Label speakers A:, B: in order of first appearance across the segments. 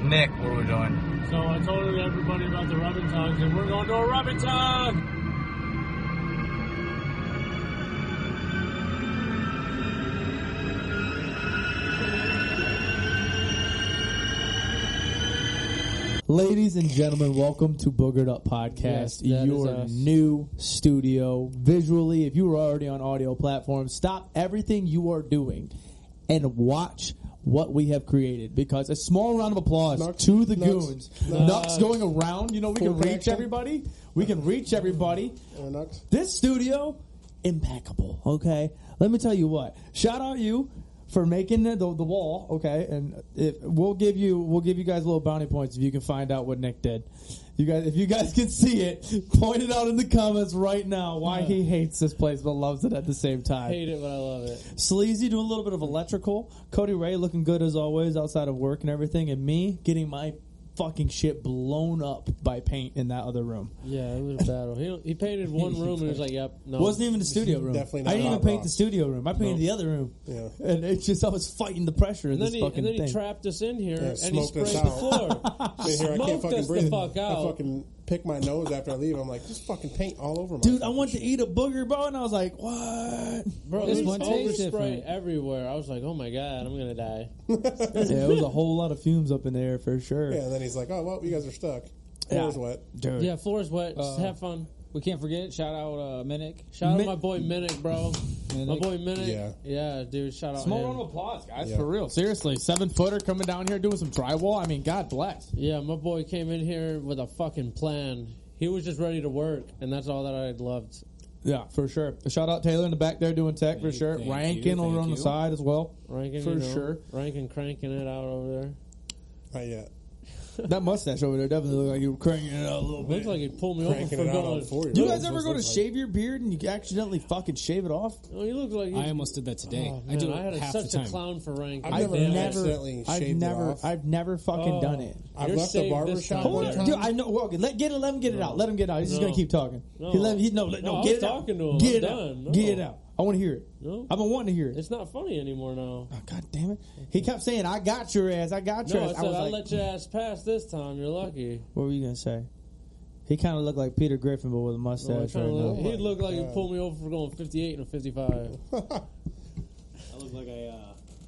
A: Nick what we're doing.
B: So Oh, I told everybody about the Robinsons, and we're going to a Robinson.
C: Ladies and gentlemen, welcome to Boogered Up Podcast,
D: Yes, that is
C: your
D: us.
C: new studio. Visually, if you were already on audio platforms, stop everything you are doing and watch what we have created. Because a small round of applause
D: Nux,
C: to the
D: Nux,
C: goons.
D: Nux.
C: Nux going around. You know, we
D: Full
C: can reach
D: connection.
C: everybody. We can reach everybody.
D: Or not.
C: This studio, impeccable. Okay, let me tell you what. Shout out you for making the, the, the wall. Okay, and if, we'll give you we'll give you guys little bounty points if you can find out what Nick did. You guys, if you guys can see it, point it out in the comments right now. Why he hates this place but loves it at the same time.
D: Hate it, but I love it.
C: Sleazy doing a little bit of electrical. Cody Ray looking good as always outside of work and everything, and me getting my fucking shit blown up by paint in that other room.
D: Yeah, it was a battle. He, he painted one room and he was like, "Yep, no."
C: wasn't even the studio room.
E: Definitely not
C: I didn't even
E: hot
C: paint
E: rock.
C: the studio room. I painted
D: No.
C: the other room.
E: Yeah.
C: And it's just I was fighting the pressure in
D: and
C: this
D: then, he,
C: fucking
D: and then
C: thing.
D: he trapped us in here
E: Yeah,
D: and he
E: smoked
D: sprayed the
E: us out.
D: floor.
E: Sit here, I
D: Smoked
E: can't
D: us
E: fucking
D: the
E: breathe.
D: fuck out.
E: I fucking pick my nose after I leave. I'm like, just fucking paint all over my.
C: Dude, I went to eat a booger, bro, and I was like, what?
D: Bro,
F: This
D: this
F: one
D: one
F: tastes
D: overspray
F: different.
D: everywhere. I was like, "Oh my god, I'm gonna die."
C: yeah, it was a whole lot of fumes up in there for sure.
E: Yeah, and then he's like, oh well, you guys are stuck. Floor's wet.
C: Dude.
D: Yeah, floor's wet.
F: Uh,
D: Just have fun.
F: We can't forget. Shout out uh, Minnick.
D: Shout
C: Mi-
D: out my boy Minnick, bro. My
F: Minnick.
D: boy Minnick.
E: Yeah.
D: yeah, dude. Shout out.
F: Small
D: him.
F: round of applause, guys,
E: Yeah.
F: for real. Seriously, seven footer coming down here doing some drywall. I mean, God bless.
D: Yeah, my boy came in here with a fucking plan. He was just ready to work, and that's all that I loved.
C: Yeah, for sure. Shout out Taylor in the back there doing tech for sure.
F: thank
C: Rankin
F: you,
C: over
F: thank
C: on the
F: you.
C: side as well.
D: Rankin,
C: For
D: you know,
C: sure.
D: Rankin cranking it out over there.
E: Not yet.
C: that mustache over there definitely looked like you were cranking it out a little bit.
D: Looks like he pulled me
E: Cranking
D: over
E: it
D: for
E: out on
D: going.
E: the floor.
C: Do you
E: Yo,
C: guys ever
E: those
C: go to
E: look like-
C: shave your beard and you accidentally fucking shave it off?
D: Oh, he looked like he,
F: I almost did that today.
D: Oh,
F: I
D: man,
F: do it
D: I had a-
F: half
D: such
F: the time.
D: a clown for Rankin.
E: I've never-
D: Damn it.
E: never- accidentally
C: I've
E: shaved it
C: never,
E: off?
C: I've never fucking
D: Oh.
C: done it.
E: I
D: You're
E: left the
D: saved
E: barber
D: this
E: shop
D: time.
E: one
D: Hold
E: time.
C: Dude, I know. Well, okay, let get it. Let him get it out. Let him get it out. He's just
D: No.
C: gonna keep talking. He
D: No.
C: let he, no, let- no,
D: No, I
C: get
D: was
C: it out.
D: talking to him.
C: Get
D: I'm
C: it out.
D: done. No.
C: Get it out. I want to hear it.
D: No.
C: I've been wanting to hear it.
D: It's not funny anymore now.
C: Oh, God damn it! He kept saying, "I got your ass. I got
D: No,
C: your
D: I
C: ass."
D: said I,
C: was like,
D: let your ass pass this time. You're lucky.
C: "What were you gonna say?" He kind of looked like Peter Griffin, but with a
D: No, I
C: mustache
D: kinda
C: right
D: look-
C: now.
D: he'd look like he
E: God.
D: pulled me over for going 58 and a 55.
G: I look like I uh,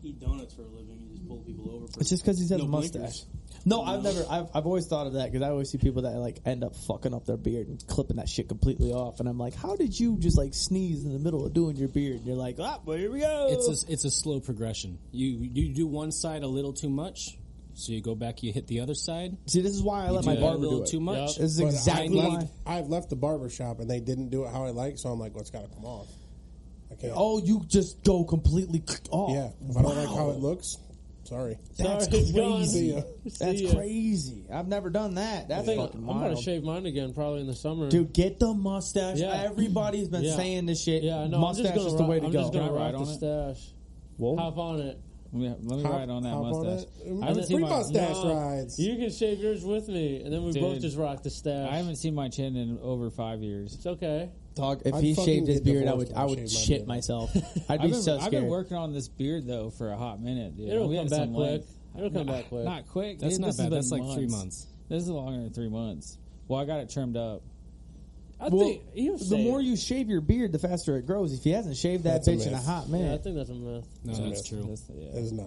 G: eat donuts for a living and just pull people over. For
C: It's just because he has
G: No
C: a mustache.
G: blinkers.
C: No, I've never. I've, I've always thought of that because I always see people that like end up fucking up their beard and clipping that shit completely off, and I'm like, how did you just like sneeze in the middle of doing your beard? And you're like, ah, well, here we
G: Oh.
C: go.
F: It's a it's a slow progression. You you do one side a little too much, so you go back. You hit the other side.
C: see, this is why I let
F: you
C: my
F: do that a
C: barber
F: little
C: do it.
F: too much.
C: This is
E: But
C: exactly
E: I
C: why.
E: left, I've left the barber shop and they didn't do it how I like, so I'm like, well, it's got to come off. I can't.
C: Oh, you just go completely off.
E: yeah. If I don't like
C: Wow.
E: how it looks, sorry.
C: That's
D: Sorry, it's gone.
E: See
C: crazy.
E: ya.
C: That's
D: See ya.
C: crazy. I've never done that.
D: I
C: That's
D: think
C: fucking
D: I'm
C: wild.
D: gonna shave mine again probably in the summer.
C: Dude, get the mustache.
D: Yeah.
C: Everybody's been
D: Yeah.
C: saying this shit.
D: yeah, no, I'm
C: mustache
D: just gonna
C: is the way
D: rock-
C: to
D: I'm
C: go.
D: just gonna
F: Can I
D: rock
F: ride
D: the
F: on it?
D: stash.
C: Oh.
F: Whoa.
D: Hop on it.
F: Yeah, let me
E: Hop-
F: ride on that
E: hop on
F: mustache.
E: it.
F: I haven't
E: Free
F: seen my
E: mustache
D: No,
E: rides.
D: You can shave yours with me, and then we
F: Dude.
D: both just rock the stash.
F: I haven't seen my chin in over five years.
D: It's okay.
C: Dog, if
E: I'd
C: he
E: fucking
C: shaved his
E: get
C: beard, I
E: divorced
C: would
E: if
C: I
E: I
C: would
E: shaved my
C: shit
E: beard.
C: myself. I'd be
F: I've been,
C: so
F: I've
C: scared.
F: been working on this beard though for a hot minute. Dude.
D: It'll
F: We
D: come
F: had
D: back
F: some
D: quick.
F: length.
D: It'll come
F: Not-
D: back quick.
F: Not quick.
H: That's
F: dude,
H: not
F: this has
H: bad.
F: been
H: That's like three months.
F: This is longer than three months. Well, I got it trimmed up.
D: I
C: Well,
D: think you
C: the more you shave your beard, the faster it grows. If he hasn't shaved that
E: That's a
C: bitch in a
E: myth.
C: hot
D: Yeah, I
C: minute,
D: think that's a myth.
H: No, that's true.
F: That's- yeah.
E: It's not.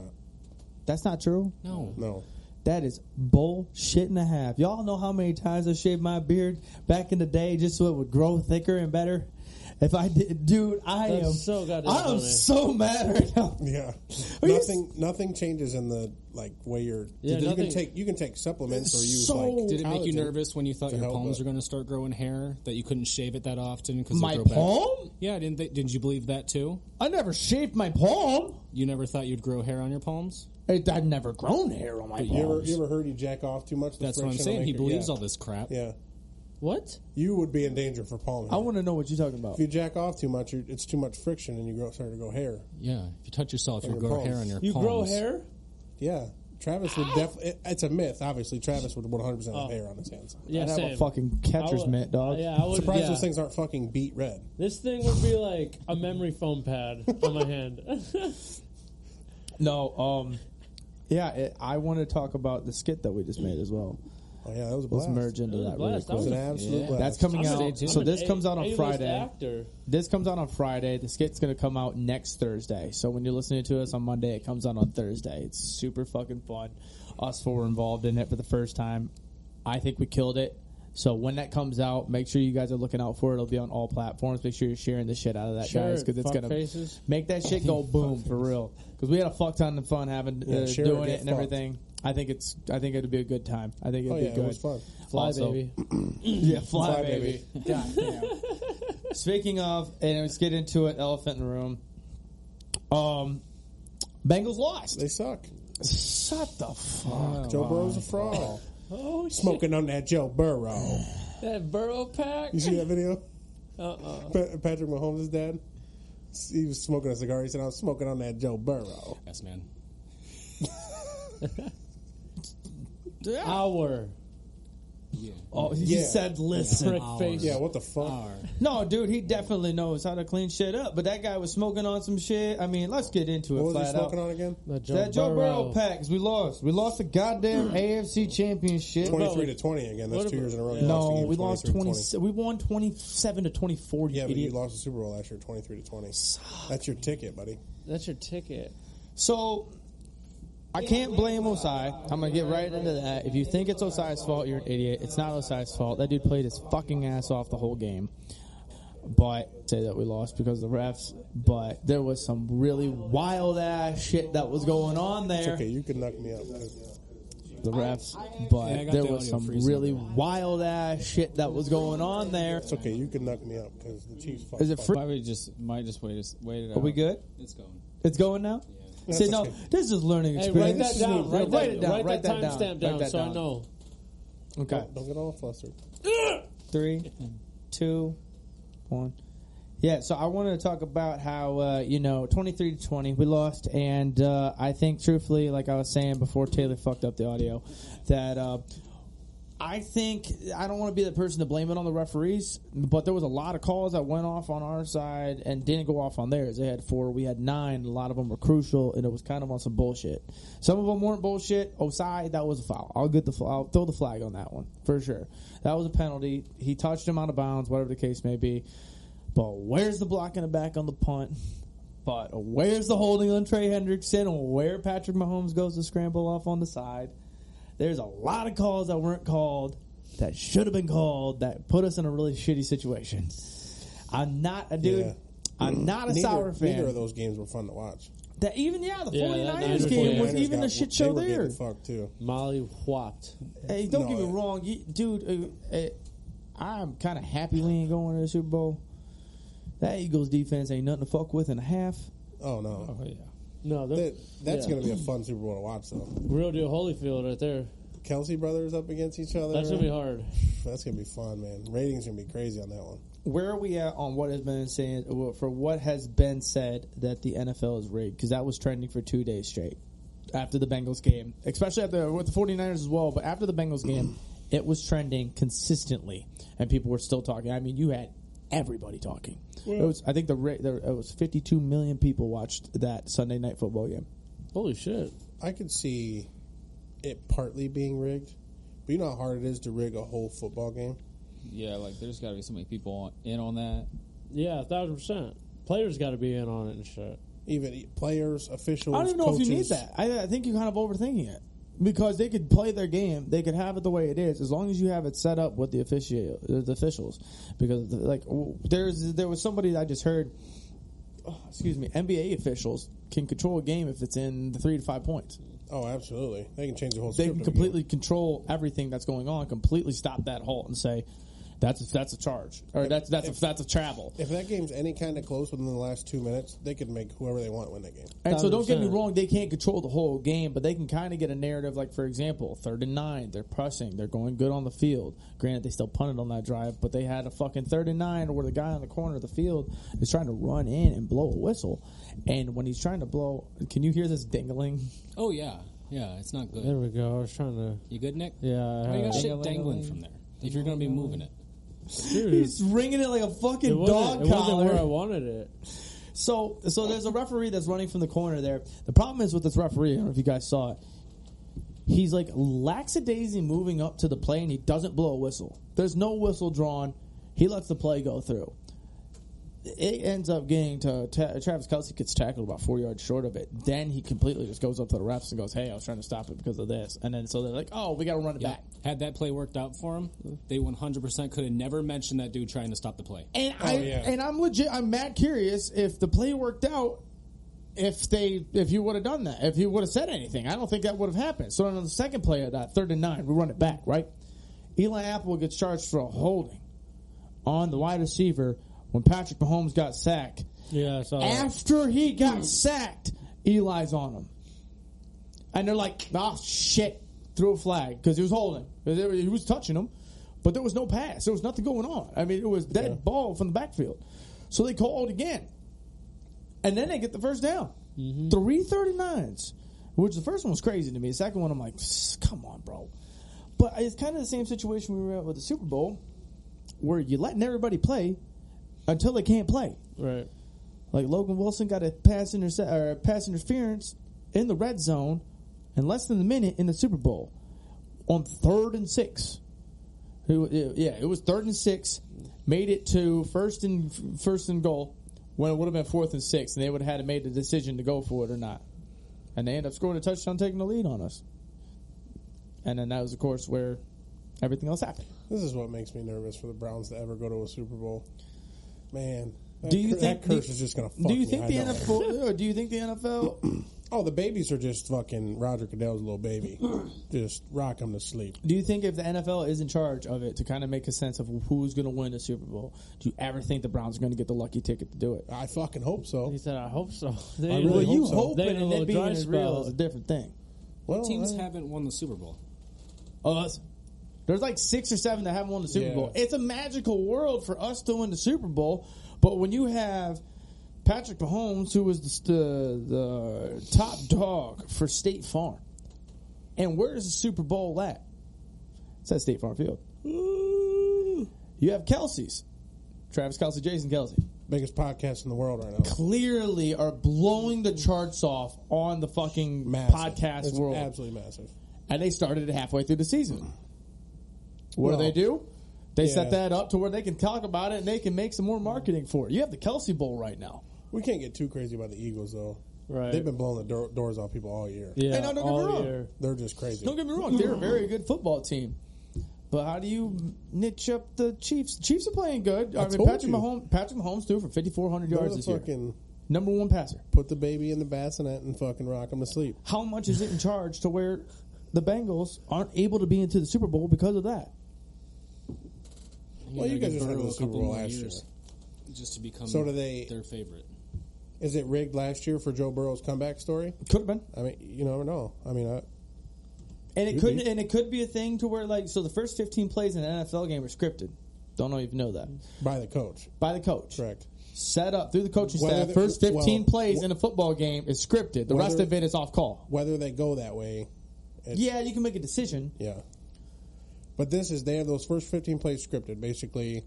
C: that's not true.
F: No.
E: No.
C: That is bullshit and a half. Y'all know how many times I shaved my beard back in the day just so it would grow thicker and better. If I did, dude, I
D: That's
C: am
D: so goddamn
C: I am
D: funny.
C: so mad right now.
E: Yeah.
C: Are you
E: nothing nothing changes in the like way you're
D: Yeah,
E: you
D: nothing-
E: can take you can take supplements or use
C: So-
E: like
H: Did it make you
E: collagen.
H: nervous when you thought
E: to
H: your
E: help
H: palms
E: it.
H: were going to start growing hair that you couldn't shave it that often because
C: My
H: grow
C: palm?
H: Back? Yeah, didn't they, did you believe that too?
C: I never shaved my palm.
H: You never thought you'd grow hair on your palms?
C: It, I've never grown hair on my
E: You ever,
C: palms.
E: you ever heard you jack off too much? The
H: That's what I'm
E: friction will
H: saying.
E: make
H: He
E: your-
H: believes
E: yeah.
H: all this crap.
E: Yeah.
D: What?
E: You would be in danger for palm hair.
C: I want to know what you're talking about.
E: if you jack off too much, you it's too much friction and you grow start to grow hair.
H: Yeah, if you touch yourself, you'll
E: your
H: grow hair
E: palms.
H: on your
D: You
H: palms.
D: grow hair?
E: Yeah. Travis would definitely. It, it's a myth, obviously. Travis would 100% have
H: Oh.
E: hair on his hands.
D: Yeah,
C: I'd have
D: same.
C: a fucking
D: I
C: catcher's
D: would-
C: mitt, dog.
D: Yeah, I would.
E: Surprised
D: yeah.
E: those things aren't fucking beat red.
D: This thing would be like a memory foam pad on my hand.
C: No, um, Yeah, it, I want to talk about the skit that we just made as well.
E: Oh yeah, that was a
C: Let's
E: blast.
C: merge
D: That
C: into
D: was a
C: that really
D: blast. That
E: It was
C: quick.
E: an absolute
H: Yeah.
E: blast.
C: That's coming
D: I'm
C: out.
D: an- I'm
C: so
D: an
C: this comes out on
D: A-list
C: Friday.
D: Actor.
C: This comes out on Friday. The skit's gonna come out next Thursday. So when you're listening to us on Monday, it comes out on Thursday. It's super fucking fun. Us four were involved in it for the first time. I think we killed it. So when that comes out, make sure you guys are looking out for it. It'll be on all platforms. Make sure you're sharing the shit out of that,
D: Share
C: guys,
D: it,
C: because it's
D: fuck
C: gonna
D: faces.
C: make that shit go boom for real. Because we had a fuck ton of fun having
E: Yeah,
C: uh,
E: share it,
C: doing
E: get
C: it and
E: fucked.
C: everything. I think it's. I think it'd be a good time. I think it'd
E: Oh
C: be
E: yeah,
C: good.
E: it was fun.
D: Fly
C: Also-
D: baby.
C: Yeah, fly,
E: Fly,
C: baby. Goddamn. Speaking of, and let's get into it. Elephant in the room. Um, Bengals lost.
E: They suck.
C: Shut the fuck.
E: Joe Burrow's a fraud. oh, smoking on that Joe Burrow.
D: That Burrow pack.
E: You see that video?
D: Uh-uh.
E: Pa- Patrick Mahomes' dad. He was smoking a cigar. He said, "I'm smoking on that Joe Burrow."
H: Yes, man.
D: Our
C: Oh, he
E: Yeah.
C: said, "Listen."
D: prick face.
E: Yeah, what the fuck?
C: No, dude, he definitely knows how to clean shit up. But that guy was smoking on some shit. I mean, let's get into it.
E: what was he
C: flat out.
E: smoking on again?
D: That Joe,
C: That Joe Burrow,
D: Burrow
C: pack, 'cause we lost. We lost the goddamn AFC championship.
E: Twenty-three to twenty again. That's
D: what
E: two
D: about-
E: years in a row. You lost the
C: No,
E: game
C: we lost
E: 23 to
C: twenty. We won twenty-seven to twenty-four. You
E: Yeah, but
C: idiot.
E: you lost the Super Bowl last year, twenty-three to twenty. That's your ticket, buddy.
D: That's your ticket.
C: So I can't blame Osai. I'm gonna get right into that. If you think it's Osai's fault, you're an idiot. It's not Osai's fault. That dude played his fucking ass off the whole game. But say that we lost because of the refs. But there was some really wild ass shit that was going on there.
E: Okay, you can knock me up.
C: The refs. But
H: Yeah, I got
C: there
H: the
C: was
H: audio
C: some
H: freezing.
C: really wild ass shit that was going on there.
E: It's okay, you can knock me up because the Chiefs. fucked
C: Is it
E: up.
C: free?
H: Probably just might just wait. Just wait it out.
C: Are we good?
H: It's going.
C: It's going now.
E: That's
C: See, no,
E: okay.
C: this is learning
D: Hey, write
C: experience.
D: that down. Write,
C: Write it
D: that,
C: down.
D: Write,
C: Write
D: that,
C: that down.
D: timestamp
C: Write
D: down,
C: that
D: so I
C: down.
D: know.
C: Okay.
E: Don't get all flustered.
C: three, two, one. Yeah, so I wanted to talk about how uh, you know twenty three to twenty we lost, and uh, I think truthfully, like I was saying before, Taylor fucked up the audio. That uh, I think I don't want to be the person to blame it on the referees, but there was a lot of calls that went off on our side and didn't go off on theirs. They had four, we had nine. A lot of them were crucial, and it was kind of on some bullshit. Some of them weren't bullshit. Osai, that was a foul. I'll get the fl- I'll throw the flag on that one for sure. That was a penalty. He touched him out of bounds, whatever the case may be. But where's the block in the back on the punt? But where's the holding on Trey Hendrickson? And where Patrick Mahomes goes to scramble off on the side? There's a lot of calls that weren't called that should have been called that put us in a really shitty situation. I'm not a dude.
E: Yeah.
C: I'm not a
E: Neither,
C: sour fan.
E: neither of those games were fun to watch.
C: That even yeah, the
D: Yeah,
C: 49ers
D: that
C: game was
E: 49ers
C: even a
E: got-
C: shit
E: they
C: show
E: were getting
C: there.
E: Fucked too.
D: Molly whopped.
C: Hey, don't
E: No,
C: get me
E: yeah.
C: wrong, you, dude. Uh, uh, I'm kind of happy we ain't going to the Super Bowl. That Eagles defense ain't nothing to fuck with in a half.
E: Oh no,
H: Oh yeah.
D: No, they're-
E: that, that's
D: yeah.
E: going to be a fun Super Bowl to watch though.
D: real deal Holyfield right there.
E: Kelsey brothers up against each other.
D: That's gonna be hard.
E: That's gonna be fun, man. Ratings gonna be crazy on that one.
C: Where are we at on what has been saying well, for what has been said that the NFL is rigged? Because that was trending for two days straight after the Bengals game, especially after with the 49ers as well. But after the Bengals game, it was trending consistently, and people were still talking. I mean, you had everybody talking. it was, I think the rate there it was 52 million people watched that Sunday night football game.
D: Holy shit!
E: I could see it partly being rigged, but you know how hard it is to rig a whole football game.
H: Yeah, like there's got to be so many people on, in on that.
D: Yeah, a thousand percent. Players got to be in on it and shit.
E: Even e- players, officials,
C: I don't even know
E: coaches,
C: if you need that. I, I think you're kind of overthinking it because they could play their game. They could have it the way it is as long as you have it set up with the official uh, the officials. Because like w- there's there was somebody that I just heard. oh, excuse me, NBA officials can control a game if it's in the three to five points.
E: Oh, absolutely. They can change the whole.
C: They
E: script
C: can
E: of a game.
C: completely control everything that's going on. Completely stop that halt and say. That's a, that's a charge, or that's that's a, that's a travel.
E: If that game's any kind of close within the last two minutes, they could make whoever they want win that game.
C: And so don't get me
D: 100%.
C: wrong, they can't control the whole game, but they can kind of get a narrative. Like for example, third and nine, they're pressing, they're going good on the field. Granted, they still punted on that drive, but they had a fucking third and nine where the guy on the corner of the field is trying to run in and blow a whistle, and when he's trying to blow, can you hear this dingling?
H: Oh yeah, yeah. It's not good.
D: There we go. I was trying to.
H: You good, Nick?
D: Yeah,
H: Why
D: I
H: you got
D: had-
H: shit dangling from there? If you're gonna be moving it,
D: Dude,
C: He's ringing it like a fucking
D: it
C: dog
D: wasn't, it
C: collar.
D: wasn't where I wanted it.
C: So, so there's a referee that's running from the corner there. The problem is with this referee. I don't know if you guys saw it. He's like lackadaisy moving up to the play, and he doesn't blow a whistle. There's no whistle drawn. He lets the play go through. It ends up getting to Ta- Travis Kelsey gets tackled about four yards short of it. Then he completely just goes up to the refs and goes, "Hey, I was trying to stop it because of this." And then so they're like, "Oh, we got to run it
F: Yeah.
C: back."
F: Had that play worked out for him, they 100% could have never mentioned that dude trying to stop the play.
C: And I
E: yeah.
C: and I'm legit. I'm mad curious if the play worked out. If they, if you would have done that, if you would have said anything, I don't think that would have happened. So on the second play of that third and nine, we run it back, right? Eli Apple gets charged for a holding on the wide receiver when Patrick Mahomes got sacked.
D: Yeah, I saw that.
C: After he got sacked, Eli's on him. And they're like, oh, shit. Threw a flag because he was holding. 'Cause they were- He was touching him, but there was no pass. There was nothing going on. I mean, it was dead ball from the backfield. So they called again. And then they get the first down. Three thirty nines, which the first one was crazy to me. The second one, I'm like, "Psst, come on, bro. But it's kind of the same situation we were at with the Super Bowl, where you're letting everybody play until they can't play.
D: Right.
C: Like Logan Wilson got a pass interse- or a pass interference in the red zone in less than a minute in the Super Bowl on third and six. It wa- Yeah, it was third and six. Made it to first and first and goal when it would have been fourth and six, and they would have had to made the decision to go for it or not. And they end up scoring a touchdown, taking the lead on us. And then that was, of course, where everything else happened.
E: This is what makes me nervous for the Browns to ever go to a Super Bowl. Man, that,
C: Do you
E: cur-
C: think
E: that curse is just going to fuck
C: Do you
E: me.
C: think
E: I
C: the
E: know it.
C: NFL? Or do you think the NFL?
E: Oh, the babies are just fucking Roger Goodell's little baby. just rock him to sleep.
C: Do you think if the NFL is in charge of it to kind of make a sense of who's going to win the Super Bowl, do you ever think the Browns are going to get the lucky ticket to do it?
E: I fucking hope so.
D: He said, I hope so. They
E: really
C: well,
E: hope
C: you
E: so.
C: hope
D: They
C: it
D: in a
C: and
D: little
C: then being
D: dry
C: as real
D: spell.
C: is a different thing.
E: Oh, Well,
F: Teams
E: I-
F: haven't won the Super Bowl.
C: Oh, that's, there's like six or seven that haven't won the Super
E: Yeah.
C: Bowl. It's a magical world for us to win the Super Bowl, but when you have Patrick Mahomes, who was the, the, the top dog for State Farm, and where is the Super Bowl at? It's at State Farm Field. You have Kelsey's, Travis Kelsey, Jason Kelsey.
E: biggest podcast in the world right now.
C: clearly are blowing the charts off on the fucking
E: Massive.
C: podcast
E: It's
C: world,
E: absolutely massive.
C: and they started it halfway through the season. What
E: Well,
C: do they do? They set
E: yeah.
C: that up to where they can talk about it and they can make some more marketing for it. You have the Kelsey Bowl right now.
E: We can't get too crazy about the Eagles though.
D: Right.
E: They've been blowing the door, doors off people all year.
D: yeah,
C: Hey, no, don't get me
D: all
C: wrong.
D: year.
E: They're just crazy.
C: Don't get me wrong; they're a very good football team. But how do you niche up the Chiefs? Chiefs are playing good. I,
E: I
C: mean,
E: told
C: Patrick
E: you.
C: Mahomes, Patrick Mahomes threw for fifty four hundred yards this year.
E: Motherfucking
C: Number one passer.
E: put the baby in the bassinet and fucking rock him to sleep.
C: how much is it in charge to where the Bengals aren't able to be into the Super Bowl because of that?
E: Well, you guys
F: gotta give
E: just had
F: Burrow
E: the
F: a
E: Super
F: couple
E: Bowl
F: more
E: last year.
F: years just to become
E: So do they-
F: their favorite.
E: Is it rigged last year for Joe Burrow's comeback story?
C: Could have been,
E: I mean, you never know. I mean, uh, I,
C: and it
E: Could
C: could,
E: be.
C: and it could be a thing to where like so the first fifteen plays in an NFL game are scripted. Don't know if you know that
E: by the coach,
C: by the coach.
E: correct?
C: Set up through the coaching
E: Whether
C: staff.
E: the-
C: first fifteen
E: well,
C: plays
E: wh-
C: in a football game is scripted. The rest
E: Whether-
C: of it is off call.
E: Whether they go that way, it's-
C: Yeah, you can make a decision.
E: yeah. But this is they have those first fifteen plays scripted. Basically,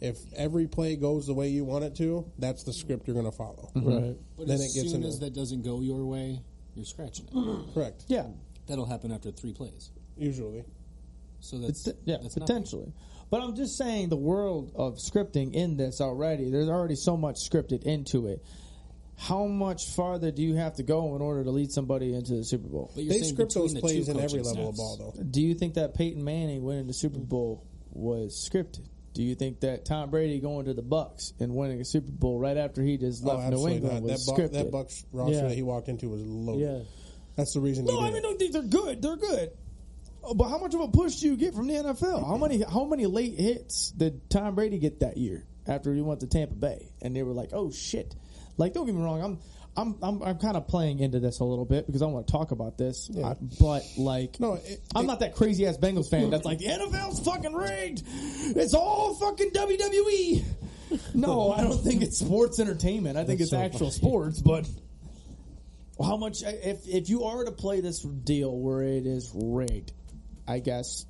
E: if every play goes the way you want it to, that's the script you're going to follow.
C: Mm-hmm.
D: Right.
F: But
E: Then it
F: as
E: gets
F: soon
E: into-
F: as that doesn't go your way, you're scratching it.
E: Correct.
C: Yeah,
F: That'll happen after three plays.
E: Usually,
F: So that's
C: Pot- yeah,
F: that's nothing.
C: potentially. But I'm just saying the world of scripting in this already. There's already so much scripted into it. How much farther do you have to go in order to lead somebody into the Super Bowl?
F: But you're
E: they
F: saying
E: script
F: between
E: those
F: the two
E: plays in every
F: coaching
E: level of
F: staffs.
E: ball, though.
C: Do you think that Peyton Manning winning the Super Bowl was scripted? Do you think that Tom Brady going to the Bucks and winning a Super Bowl right after he just
E: Oh,
C: left New
E: absolutely
C: England
E: not.
C: was
E: that,
C: scripted?
E: that Bucks roster
D: Yeah.
E: that he walked into was loaded.
D: Yeah.
E: That's the reason.
C: no,
E: he did
C: I mean,
E: it.
C: don't think they're good. They're good. Oh, But how much of a push do you get from the NFL? How many how many late hits did Tom Brady get that year after he went to Tampa Bay? And they were like, "Oh shit!" Like, don't get me wrong, I'm I'm I'm, I'm kind of playing into this a little bit because I want to talk about this. I- but like,
E: No, it-
C: I'm
E: it-
C: not that crazy ass Bengals fan that's like the NFL's fucking rigged. It's all fucking WWE. No, I don't think it's sports entertainment. I think it's actual sports, but. Well, how much if if you are to play this deal where it is rigged, I guess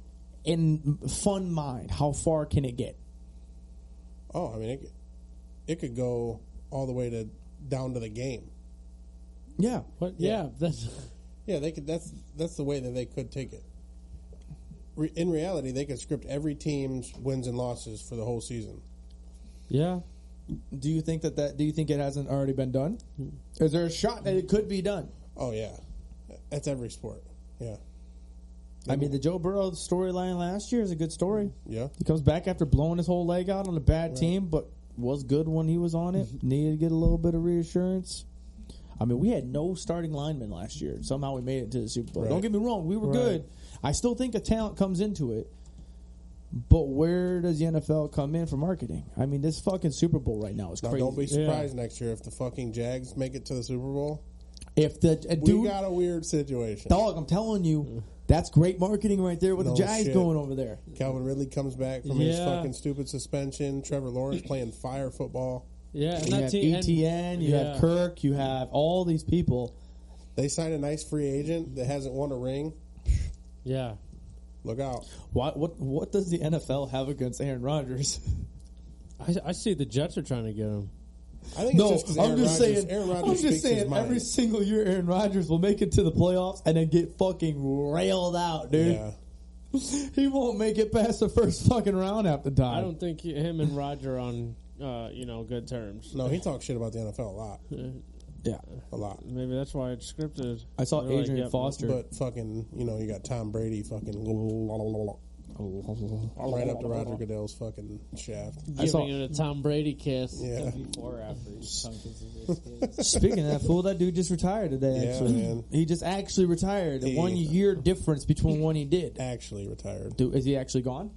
C: in fun mind, how far can it get?
E: Oh, I mean, it, it could go all the way to down to the game.
C: Yeah,
D: But yeah, that's
E: Yeah, they could. That's that's the way that they could take it. Re- in reality, they could script every team's wins and losses for the whole season.
D: Yeah.
C: Do you think that that? Do you think it hasn't already been done? Is there a shot that it could be done?
E: Oh yeah, that's every sport. Yeah,
C: I mean, the Joe Burrow storyline last year is a good story.
E: Mm-hmm. yeah.
C: He comes back after blowing his whole leg out on a bad team, but was good when he was on
E: Mm-hmm.
C: it. Needed to get a little bit of reassurance. I mean, we had no starting linemen last year. Somehow we made it to the Super Bowl. Don't
E: Right.
C: get me wrong, we were good. I still think a talent comes into it. But where does the NFL come in for marketing? I mean, this fucking Super Bowl right now is
E: Now
C: crazy.
E: don't be surprised next year if the fucking Jags make it to the Super Bowl.
C: if the uh,
E: We
C: dude,
E: got a weird situation.
C: dog, I'm telling you, that's great marketing right there with
E: No
C: the Jags
E: shit.
C: going over there.
E: Calvin Ridley comes back from his
D: Yeah.
E: fucking stupid suspension. Trevor Lawrence playing fire football.
D: Yeah. And
C: You
D: that
C: have
D: team. and-
C: ETN, E you
D: yeah.
C: have Kirk, you have all these people.
E: They sign a nice free agent that hasn't won a ring.
D: Yeah.
E: Look out.
C: What what what does the NFL have against Aaron Rodgers?
D: I, I see the Jets are trying to get him.
E: I think it's just 'cause Aaron Rodgers, Aaron Rodgers
C: I'm just
E: speaks his
C: saying.
E: mind.
C: Every single year, Aaron Rodgers will make it to the playoffs and then get fucking railed out, dude.
E: yeah.
C: He won't make it past the first fucking round half the time.
D: I don't think he- him and Roger are on, uh, you know, good terms.
E: No, he talks shit about the NFL a lot.
C: yeah,
E: A lot.
D: Maybe that's why it's scripted.
C: I saw
D: They're like,
C: Adrian
D: yeah,
C: Foster.
E: But fucking, you know, you got Tom Brady fucking right up to Roger Goodell's fucking shaft.
D: Giving
C: saw-
D: it a Tom Brady kiss.
E: Yeah.
H: Before, or after each tongue kisses his kids.
C: Speaking of that fool, that dude just retired today.
E: Yeah,
C: actually,
E: man.
C: he just actually retired.
E: He-
C: One year difference between when he did.
E: Actually retired.
C: Dude, is he actually gone?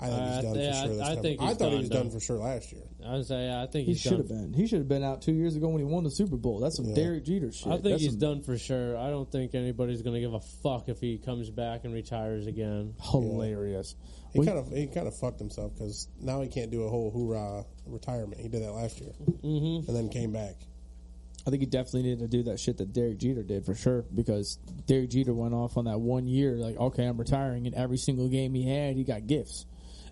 E: I think he's
D: Uh,
E: done
D: yeah,
E: for sure. This
D: I- I
E: time.
D: think
E: I
D: he's
E: thought he
D: gone,
E: was done
D: though.
E: for sure last year.
D: I was say, yeah, I think
C: He
D: he's
C: should have
D: done.
C: been. He should have been out two years ago when he won the Super Bowl. That's some
E: Yeah.
C: Derek Jeter shit.
D: I think
C: That's
D: he's
C: some
D: done for sure. I don't think anybody's going to give a fuck if he comes back and retires again.
C: hilarious.
E: He
C: We-
E: kind of he kind of fucked himself because now he can't do a whole hoorah retirement. He did that last year, mm-hmm. and then came back.
C: I think he definitely needed to do that shit that Derek Jeter did for sure because Derek Jeter went off on that one year like, okay, I'm retiring, and every single game he had, he got gifts.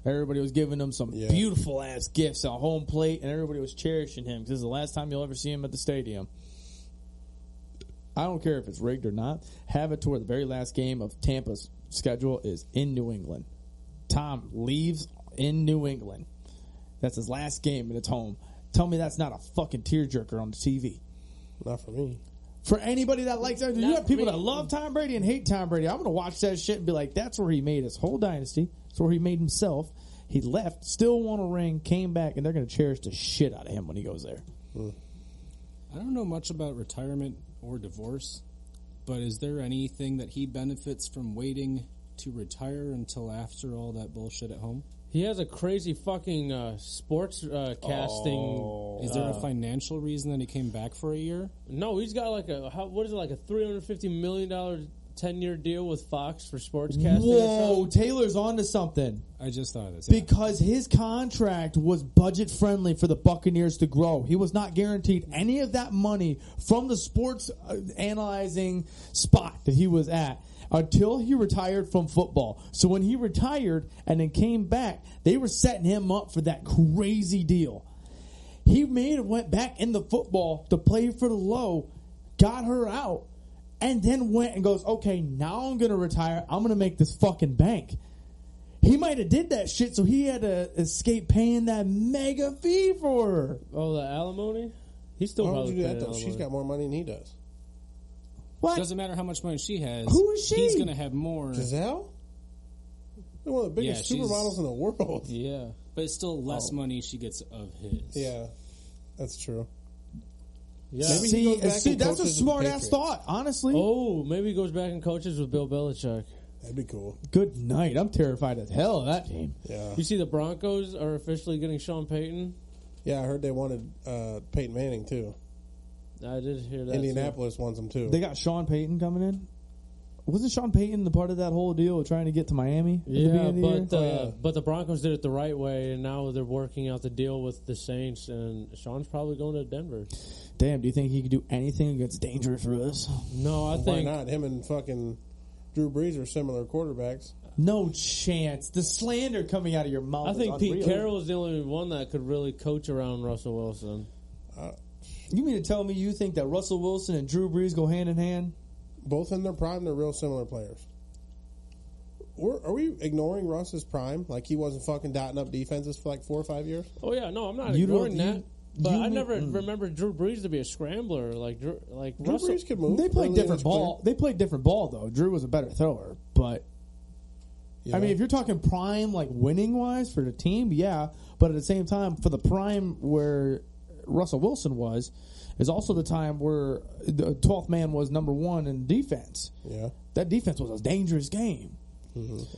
C: Everybody was giving him some
E: Yeah.
C: beautiful ass gifts on home plate, and everybody was cherishing him because this is the last time you'll ever see him at the stadium. I don't care if it's rigged or not. Have it to where the very last game of Tampa's schedule is in New England. Tom leaves in New England. That's his last game, and it's home. Tell me that's not a fucking tearjerker on the TV
E: Not for me.
C: for anybody that likes that. You
H: Not
C: have people
H: me.
C: that love Tom Brady and hate Tom Brady. I'm going to watch that shit and be like, that's where he made his whole dynasty. That's where he made himself. He left, still won a ring, came back, and they're going to cherish the shit out of him when he goes there.
F: I don't know much about retirement or divorce, but is there anything that he benefits from waiting to retire until after all that bullshit at home?
D: He has a crazy fucking uh, sports uh, casting.
C: Oh.
D: Uh,
F: Is
E: Uh.
F: there a financial reason that he came back for a year?
D: No, he's got like a how, what is it like a three hundred fifty million dollar ten year deal with Fox for sports casting. or
C: Whoa,
D: something?
C: Taylor's on to something
F: I just thought of this. yeah.
C: because his contract was budget friendly for the Buccaneers to grow. He was not guaranteed any of that money from the sports uh, analyzing spot that he was at until he retired from football. So when he retired and then came back, they were setting him up for that crazy deal. He made went back into football to play for the low, got her out, and then went and goes, okay, now I'm gonna retire. I'm gonna make this fucking bank. He might have did that shit, so he had to escape paying that mega fee for her.
D: Oh, the alimony. He's still
E: Why would
D: probably
E: you do that
D: paying
E: though? She's
D: alimony.
E: got more money than he does.
C: What?
F: doesn't matter how much money she has.
C: Who is she?
F: He's going to have more.
E: Giselle, They're one of the biggest
F: Yeah, she's-
E: supermodels in the world.
F: Yeah, but it's still less money she gets of his.
E: Yeah, that's true.
D: Yeah.
E: Maybe he
C: see,
E: goes back
C: see
E: and
C: that's a
E: coaches the
C: smart ass
E: Patriots.
C: thought, honestly.
D: Oh, maybe he goes back and coaches with Bill Belichick.
E: That'd be cool.
C: Good night. I'm terrified as hell of that team.
E: Yeah,
D: You see, the Broncos are officially getting Sean Payton.
E: yeah. I heard they wanted uh, Peyton Manning too.
D: I did hear that.
E: Indianapolis wants him too.
C: They got Sean Payton coming in. Wasn't Sean Payton the part of that whole deal of trying to get to Miami? at the
D: too. Yeah,
C: beginning
D: but
C: of the year? Oh,
D: uh, but the Broncos did it the right way, and now they're working out the deal with the Saints, and Sean's probably going to Denver.
C: damn, do you think he could do anything against Dangerous Russ?
D: No, I
E: Why
D: think
E: not? Him and fucking Drew Brees are similar quarterbacks.
C: No chance. The slander coming out of your mouth.
D: I
C: is
D: think Pete
C: unreal.
D: Carroll is the only one that could really coach around Russell Wilson.
C: You mean to tell me you think that Russell Wilson and Drew Brees go hand in hand?
E: both in their prime, they're real similar players. We're, are we ignoring Russ's prime? Like he wasn't fucking dotting up defenses for like four or five years.
D: Oh yeah, no, I'm not
C: You don't-
D: ignoring
C: you-
D: that. but
C: you
D: I
C: would-
D: never remember Drew Brees to be a scrambler like Drew, like
E: Drew
D: Russell.
E: Brees could move.
C: They
E: early
C: played
E: in
C: different
E: his
C: ball. They played different ball though. Drew was a better thrower, but
E: career.
C: I mean,
E: Yeah.
C: if you're talking prime, like winning wise for the team, yeah. But at the same time, for the prime where Russell Wilson was, is also the time where the 12th man was number one in defense.
E: Yeah. Mm-hmm.
C: That defense was a dangerous game.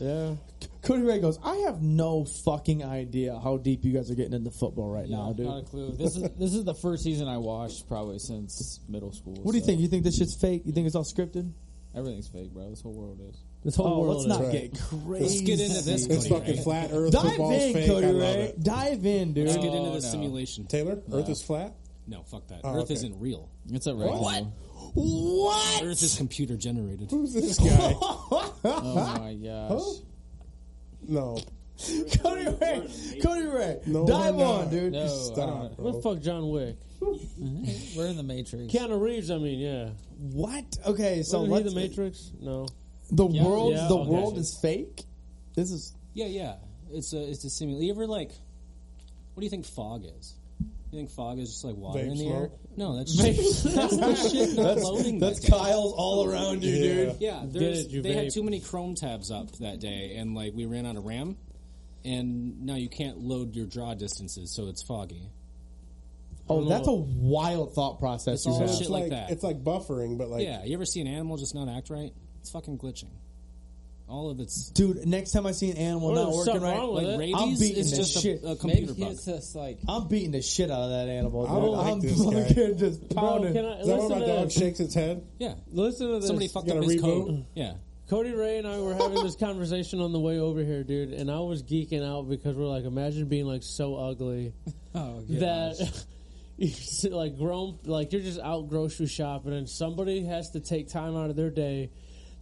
D: Yeah,
C: Cody Ray goes, I have no fucking idea how deep you guys are getting into football right now, dude.
E: Uh,
H: Not a clue. This is this is the first season I watched probably since middle school.
C: What do you
H: so
C: think? You think this shit's fake? You think it's all scripted?
H: Everything's fake, bro. This whole world is.
D: this whole
C: oh,
D: world.
C: let's
D: is-
C: not
E: right.
C: get crazy.
F: Let's get into this.
E: It's
F: Cody
E: fucking
F: Ray.
E: flat Earth.
C: Dive
E: football's
C: in,
E: fake. I
C: Cody
E: love
C: Ray.
E: it.
C: Dive in, dude.
F: Let's get into
H: Oh,
F: the
H: no.
F: simulation.
E: Taylor, Earth is flat.
F: No, fuck that.
E: Oh,
F: Earth
E: okay.
F: isn't real.
H: It's a rectangle.
C: What?
F: Earth is computer generated.
E: Who's this guy?
H: Oh my gosh.
E: Huh? no,
C: Cody Ray, Cody Ray,
E: No,
C: dive
E: we're
C: on,
E: not.
C: dude.
H: No, uh,
E: stop.
D: Well,
E: Bro.
D: fuck John Wick,
H: we're in the Matrix.
D: Keanu Reeves. I mean, yeah.
C: What? Okay, so
D: Wasn't
C: let's,
D: he the Matrix? No.
C: the world,
D: Yeah,
C: the
D: okay.
C: world is fake. This is
F: Yeah, yeah. It's a it's a simulation. You ever like? What do you think fog is? You think fog is just like water
E: Vape
F: in the air?
E: smoke?
F: No, that's shit. that's the shit not loading.
C: that's
F: that day.
C: Kyle's all around you,
E: Yeah.
C: dude.
F: Yeah, there's,
D: it, you
F: they had
D: vape.
F: too many Chrome tabs up that day, and like we ran out of RAM, and now you can't load your draw distances, so it's foggy.
C: Oh, that's a wild thought process
F: It's
C: you
F: all
C: have.
E: it's
F: shit
E: like,
F: like that.
E: it's like buffering, but like
F: Yeah, you ever see an animal just not act right? It's fucking glitching. All of its
C: Dude, next time I see an animal
D: Well,
C: not
D: there's
C: working
D: something
C: right,
D: wrong with
F: like
D: it.
F: rabies
C: I'm beating
F: is
C: the
F: just
C: shit.
F: a, a computer
H: Maybe
F: bug.
H: it's just like
C: I'm beating the shit out of that animal.
E: I don't
C: Dude.
E: like
C: I'm
E: this guy.
C: fucking just
D: Bro,
C: pounding.
D: can I
E: Is that when
D: listen uh,
E: my
D: to
E: dog shakes its head?
F: Yeah,
D: Listen to this.
F: somebody fucked
E: gotta
F: up his
E: reboot?
F: code. Yeah,
D: Cody Ray and I were having this conversation on the way over here, dude, and I was geeking out because we're like, imagine being like so ugly
H: oh gosh.
D: that you sit, like grown, like you're just out grocery shopping, and somebody has to take time out of their day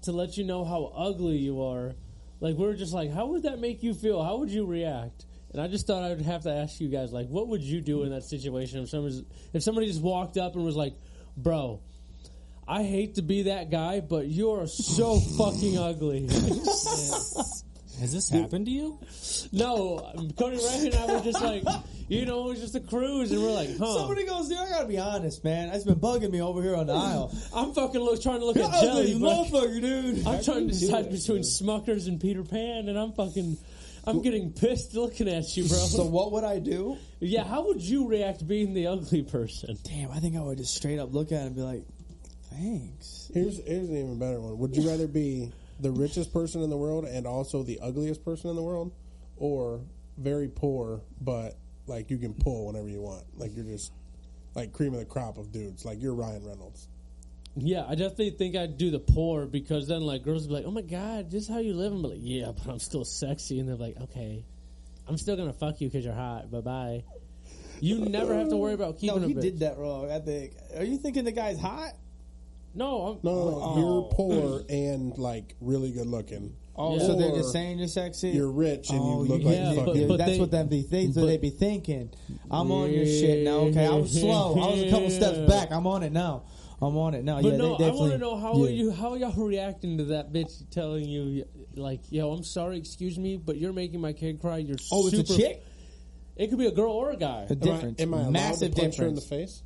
D: to let you know how ugly you are. Like we we're just like, how would that make you feel? How would you react? And I just thought I would have to ask you guys, like, what would you do in that situation if somebody if somebody just walked up and was like, bro. I hate to be that guy, but you're so fucking ugly.
F: has this happened to you?
D: No, Cody Ray and I were just like, you know, it was just a cruise, and we're like, huh?
C: Somebody goes, dude, I gotta be honest, man. It's been bugging me over here on the aisle.
D: I'm fucking look, trying to look
C: You're
D: at jelly.
C: ugly,
D: But
C: motherfucker, dude.
D: I'm trying to
H: do
D: decide
H: it,
D: between Smuckers and Peter Pan, and I'm fucking, I'm getting pissed looking at you, bro.
C: So what would I do?
D: yeah, how would you react being the ugly person?
C: Damn, I think I would just straight up look at it and be like, thanks.
E: Here's here's an even better one. Would you rather be the richest person in the world and also the ugliest person in the world, or very poor but like you can pull whenever you want? Like you're just like cream of the crop of dudes. Like you're Ryan Reynolds.
D: Yeah, I definitely think I'd do the poor because then like girls would be like, oh my god, this is how you live. I'm like, yeah, but I'm still sexy, and they're like, okay, I'm still gonna fuck you because you're hot. Bye bye. You never have to worry about
C: No,
D: keeping a
C: he
D: bitch.
C: did that wrong. I think. Are you thinking the guy's hot?
D: No, I'm,
E: No, no, no, you're poor and like really good looking.
C: Oh,
D: Yeah.
C: so they're
E: Or
C: just saying you're sexy.
E: You're rich and
C: Oh,
E: you look
C: yeah,
E: like
D: but-
E: fucking.
D: but-
C: that's
D: they-
C: what them be think, so
D: but-
C: they be thinking. I'm on your shit now. Okay, I was slow. I was a couple steps
D: Yeah.
C: back. I'm on it now. I'm on it now.
D: But
C: yeah,
D: no,
C: they
D: I want
C: definitely-
D: to know how
C: yeah.
D: are you how y'all reacting to that bitch telling you like, yo, I'm sorry, excuse me, but you're making my kid cry. You're
C: Oh, it's
D: super,
C: a chick.
D: It could be a girl or a guy.
C: A
E: Am I-
C: difference.
E: Am I, allowed
C: Massive
E: to punch her in the
C: difference.
E: face?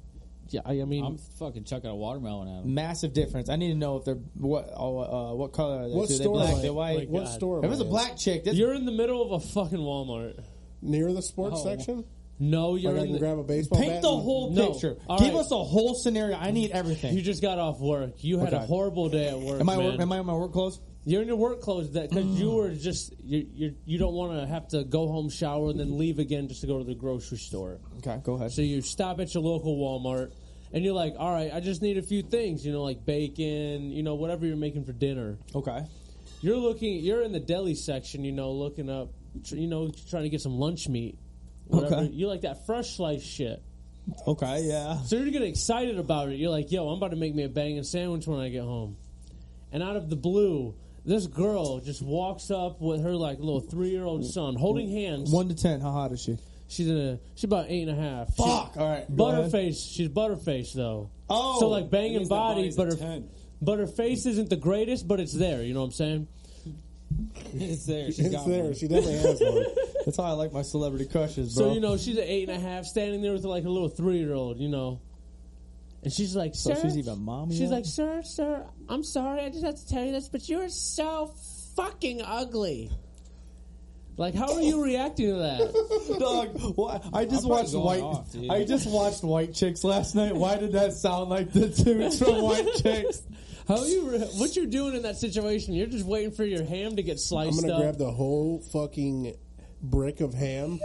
D: Yeah, I, I mean,
H: I'm fucking chucking a watermelon at him.
C: Massive difference. I need to know if they're what oh, uh, what color are they?
E: What
C: Do they
E: store?
C: black?
E: am I-
C: They white?
D: like-
E: what
D: God.
E: store?
C: If
E: am
C: it's a
E: I in?
C: black chick, that's
D: you're in the middle of a fucking Walmart.
E: near the sports
H: Oh.
E: section,
D: No, you're
E: like I
D: in
E: can
D: the,
E: grab a baseball
C: paint
E: bat
C: the
E: and-
C: whole
D: No.
C: picture.
D: All
C: Give
D: right.
C: us a whole scenario. I need everything.
D: you just got off work. You had a
C: Okay.
D: horrible day at work.
C: Am I Mm.
D: man.
C: am I in my work clothes?
D: You're in your work clothes that because you were just you you you don't want to have to go home, shower, and then leave again just to go to the grocery store.
C: Okay, go ahead.
D: So you stop at your local Walmart and you're like, all right, I just need a few things, you know, like bacon, you know, whatever you're making for dinner.
C: Okay.
D: You're looking, you're in the deli section, you know, looking up, tr- you know, trying to get some lunch meat. Whatever.
C: Okay.
D: You like that fresh slice shit.
C: Okay, yeah.
D: So you're getting excited about it. You're like, yo, I'm about to make me a banging sandwich when I get home. And out of the blue, this girl just walks up with her like little three year old son holding hands.
C: One to ten. How hot is she?
D: She's in a she's about eight and a half. She-
C: Fuck. All right. go ahead.
D: Butterface. She's Butterface though.
C: Oh.
D: so like banging
H: means the
D: body,
H: body's a
D: but her
H: 10.
D: But her face isn't the greatest, but it's there. You know what I'm saying?
H: it's there. She's
E: It's
H: got
E: there.
H: one.
E: She definitely has one.
C: That's how I like my celebrity crushes, bro.
D: So you know she's an eight and a half, standing there with like a little three year old, you know, and she's like,
C: So
D: "Sir,"
C: she's even mommy.
D: she's
C: up?
D: like, "Sir, sir, I'm sorry, I just have to tell you this, but you are so fucking ugly." Like, how are you reacting to that?
C: Dog, why, I just
H: I'm probably
C: watched
H: going
C: white.
H: off, dude.
C: I just watched White Chicks last night. Why did that sound like the tunes from White Chicks?
D: How are you? Re- what you're doing in that situation? You're just waiting for your ham to get
E: I'm
D: sliced
E: gonna
D: up.
E: grab the whole fucking brick of ham,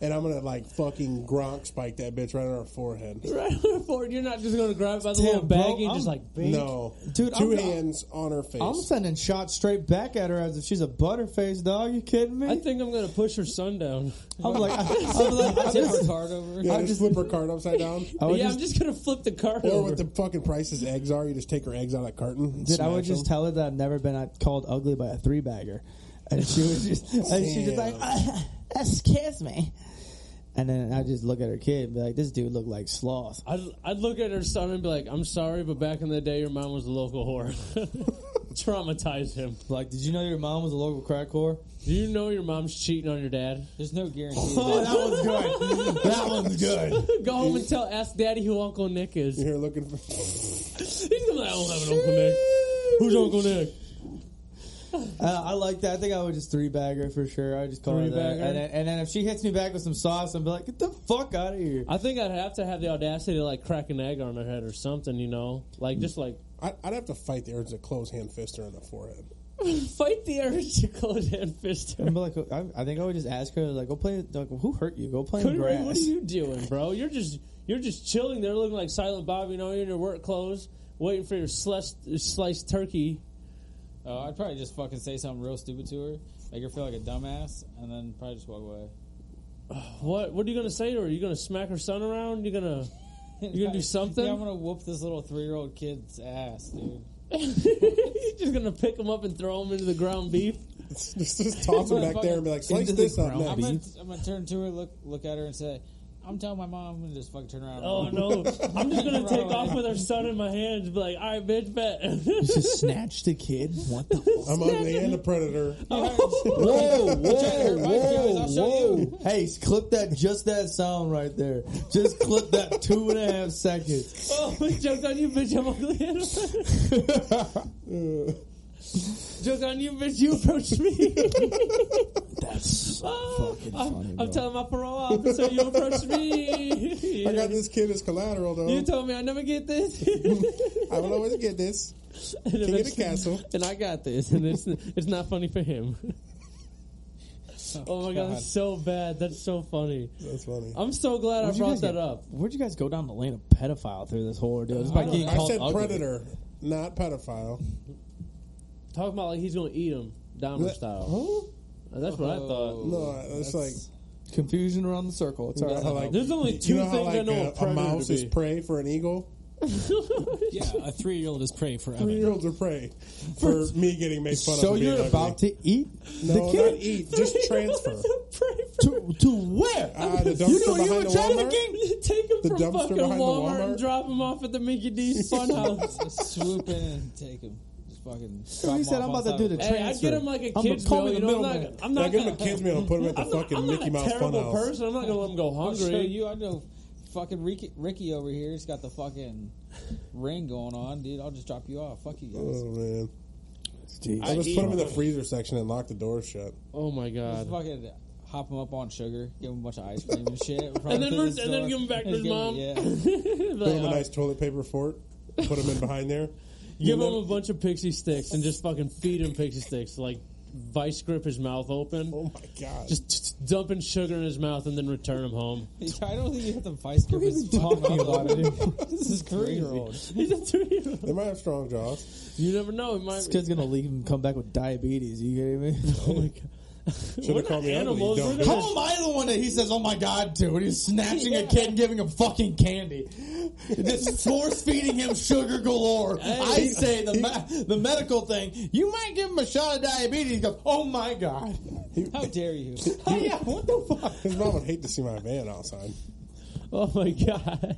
E: and I'm gonna like fucking Gronk spike that bitch right on her forehead.
D: right before you're not just gonna grab it by the little
C: Damn, bro,
D: baggie,
C: I'm-
D: just like bink.
E: No,
C: Dude,
E: 2
C: I'm-
E: hands on her face.
C: I'm sending shots straight back at her as if she's a butterface dog. You kidding me?
D: I think I'm gonna push her son down.
C: I'm like, I, I'm like, I
H: Tip
C: just,
H: her card over.
E: yeah,
C: I
E: just,
C: just-
E: flip her card upside down.
C: I would
D: yeah,
C: just,
D: I'm just gonna flip the card
E: Or
D: over.
E: what the fucking prices eggs are? You just take her eggs out of that carton. and
C: dude, I would
E: smash
C: just
E: them.
C: tell her that I've never been uh, called ugly by a three bagger, and she was just, and she's just like, excuse me. And then I just look at her kid and be like, this dude looked like sloth.
D: I'd, I'd look at her son and be like, I'm sorry, but back in the day, your mom was a local whore. Traumatized him.
C: Like, did you know your mom was a local crack whore?
D: Do you know your mom's cheating on your dad?
H: There's no guarantee.
C: Oh,
H: that-
C: that was good. That one's good.
D: Go home and tell, ask daddy who Uncle Nick is.
E: You're looking for.
D: He's gonna be like, I don't have an Uncle Nick. Who's Uncle Nick?
C: Uh, I like that. I think I would just three bagger for sure. I would just call her that.
D: Three-bagger?
C: And then, and then if she hits me back with some sauce, I'd be like, get the fuck out of here.
D: I think I'd have to have the audacity to like crack an egg on her head or something, you know? Like, just like,
E: I, I'd have to fight the urge to close hand fist her in the forehead.
D: fight the urge to close and fist her.
C: I'd be like, I, I think I would just ask her, like, go play, like, who hurt you? Go play in
D: Cody Ray, what are
C: grass.
D: you doing, bro? You're just you're just chilling there, looking like Silent Bob. You know, you're in your work clothes, waiting for your sliced, sliced turkey.
H: Oh, I'd probably just fucking say something real stupid to her, make her feel like a dumbass, and then probably just walk away.
D: What What are you gonna say to her? You gonna smack her son around? You gonna You gonna do something?
H: Yeah, I'm gonna whoop this little three year old kid's ass, dude.
D: you just gonna pick him up and throw him into the ground beef?
E: just, just toss him back there and be like, slice
C: Into the
E: this up
C: ground.
E: next.
H: I'm gonna, I'm gonna turn to her, look look at her, and say, "I'm telling my mom." And just fucking turn around. and
D: Oh
H: walk.
D: no! I'm just gonna
H: Right
D: take
H: away.
D: off with her son in my hands. Be like, all right, bitch, bet.
C: just snatch the kid? What the fuck?
E: I'm ugly and a predator.
C: Whoa, whoa,
H: hurt my feelings, I'll show
C: whoa. Hey, clip that, just that sound right there. Just clip that two and a half seconds.
D: oh, joke's on you, bitch. I'm ugly. Joke's on you, bitch. You approached me.
C: That's
D: Oh,
C: fucking
D: I'm,
C: funny,
D: I'm
C: bro.
D: telling my parole officer you approached me.
E: I got this kid as collateral though.
D: You told me I never get this, and,
E: I will always get this. King of the
D: eventually-
E: castle.
D: and I got this, and it's it's not funny for him. Oh my god, that's so bad. That's so funny.
E: That's funny.
D: I'm so glad I
C: Where'd you
D: brought
C: guys
D: that
C: get-
D: up.
C: Where'd you guys go down the lane of pedophile through this whole deal? Just by getting
E: I
C: called
E: said
C: ugly.
E: predator, not pedophile.
D: Talking about like he's gonna eat him, Dahmer
E: What?
D: style. Uh, That's what I thought.
E: No, it's like
C: Confusion around the circle. It's all right.
E: I like
D: There's only two
E: you know how
D: things I
E: like
D: know
E: a,
D: a
E: a
D: predator
E: mouse
D: to
E: is
D: be.
E: prey for an eagle.
F: Yeah, a three year old is prey for
E: Three
F: Evan.
E: year olds are prey for me getting made fun
C: So
E: of. for being
C: you're about
E: ugly.
C: to eat
E: no,
C: the kid
E: not eat, just transfer.
C: to to where?
E: Uh, the
C: you
E: dumpster
C: knew you
E: behind
C: were
E: the Walmart?
C: trafficking.
D: Take him
E: The
D: from
E: dumpster
D: fucking Walmart,
E: behind the
D: and
E: Walmart?
D: drop him off at the Mickey D's
C: Oh.
D: Funhouse.
H: Just swoop in and take him. Just fucking.
C: So he said, "I'm about to do the
D: hey, I
C: transfer."
D: get him like a
C: I'm a-
D: kid's
C: call
D: meal.
C: me
D: You
C: the
D: know, I'm
C: middleman.
D: not, I'm
E: Now
D: not
E: give him
D: gonna-
E: a kid's meal and put him at the fucking
D: I'm
E: Mickey
D: not
E: Mouse
D: a terrible
E: Funhouse.
D: person. I'm not gonna let him go
H: I'll show
D: hungry.
H: you. I know. Fucking Ricky, Ricky over here. He's got the fucking ring going on, dude. I'll just drop you off. Fuck you guys.
E: Oh man,
C: Jeez.
E: I just put him in the freezer section and lock the door shut.
D: Oh my god!
H: Just fucking hop him up on sugar. Give him a bunch of ice cream and shit.
D: And then we're, and then give him back to his mom.
E: Put him a nice toilet paper fort. Put him in behind there.
D: Give him a bunch of pixie sticks and just fucking feed him pixie sticks. Like vice grip his mouth open,
E: Oh my god!
D: just, just dumping sugar in his mouth, and then return him home.
H: Yeah, I don't think you have to vice grip his
C: talking
H: fucking
C: about
H: mouth.
C: it.
H: This is three year old.
D: He's a three.
E: they might have strong jaws.
D: You never know. He might.
C: This kid's gonna leave and come back with diabetes. You kidding me?
D: Oh my god.
E: Should
D: We're
E: have called
D: not
E: me
D: animals,
E: ugly.
D: we're not-
E: Dumb bitch.
C: How am I the one that he says, "Oh my god," to when he's snatching a kid and giving him fucking candy, just force feeding him sugar galore? I say the me- the medical thing. You might give him a shot of diabetes. He goes, "Oh my god."
H: How dare you?
C: Oh, yeah, what the fuck?
E: His mom would hate to see my van outside.
D: Oh my god.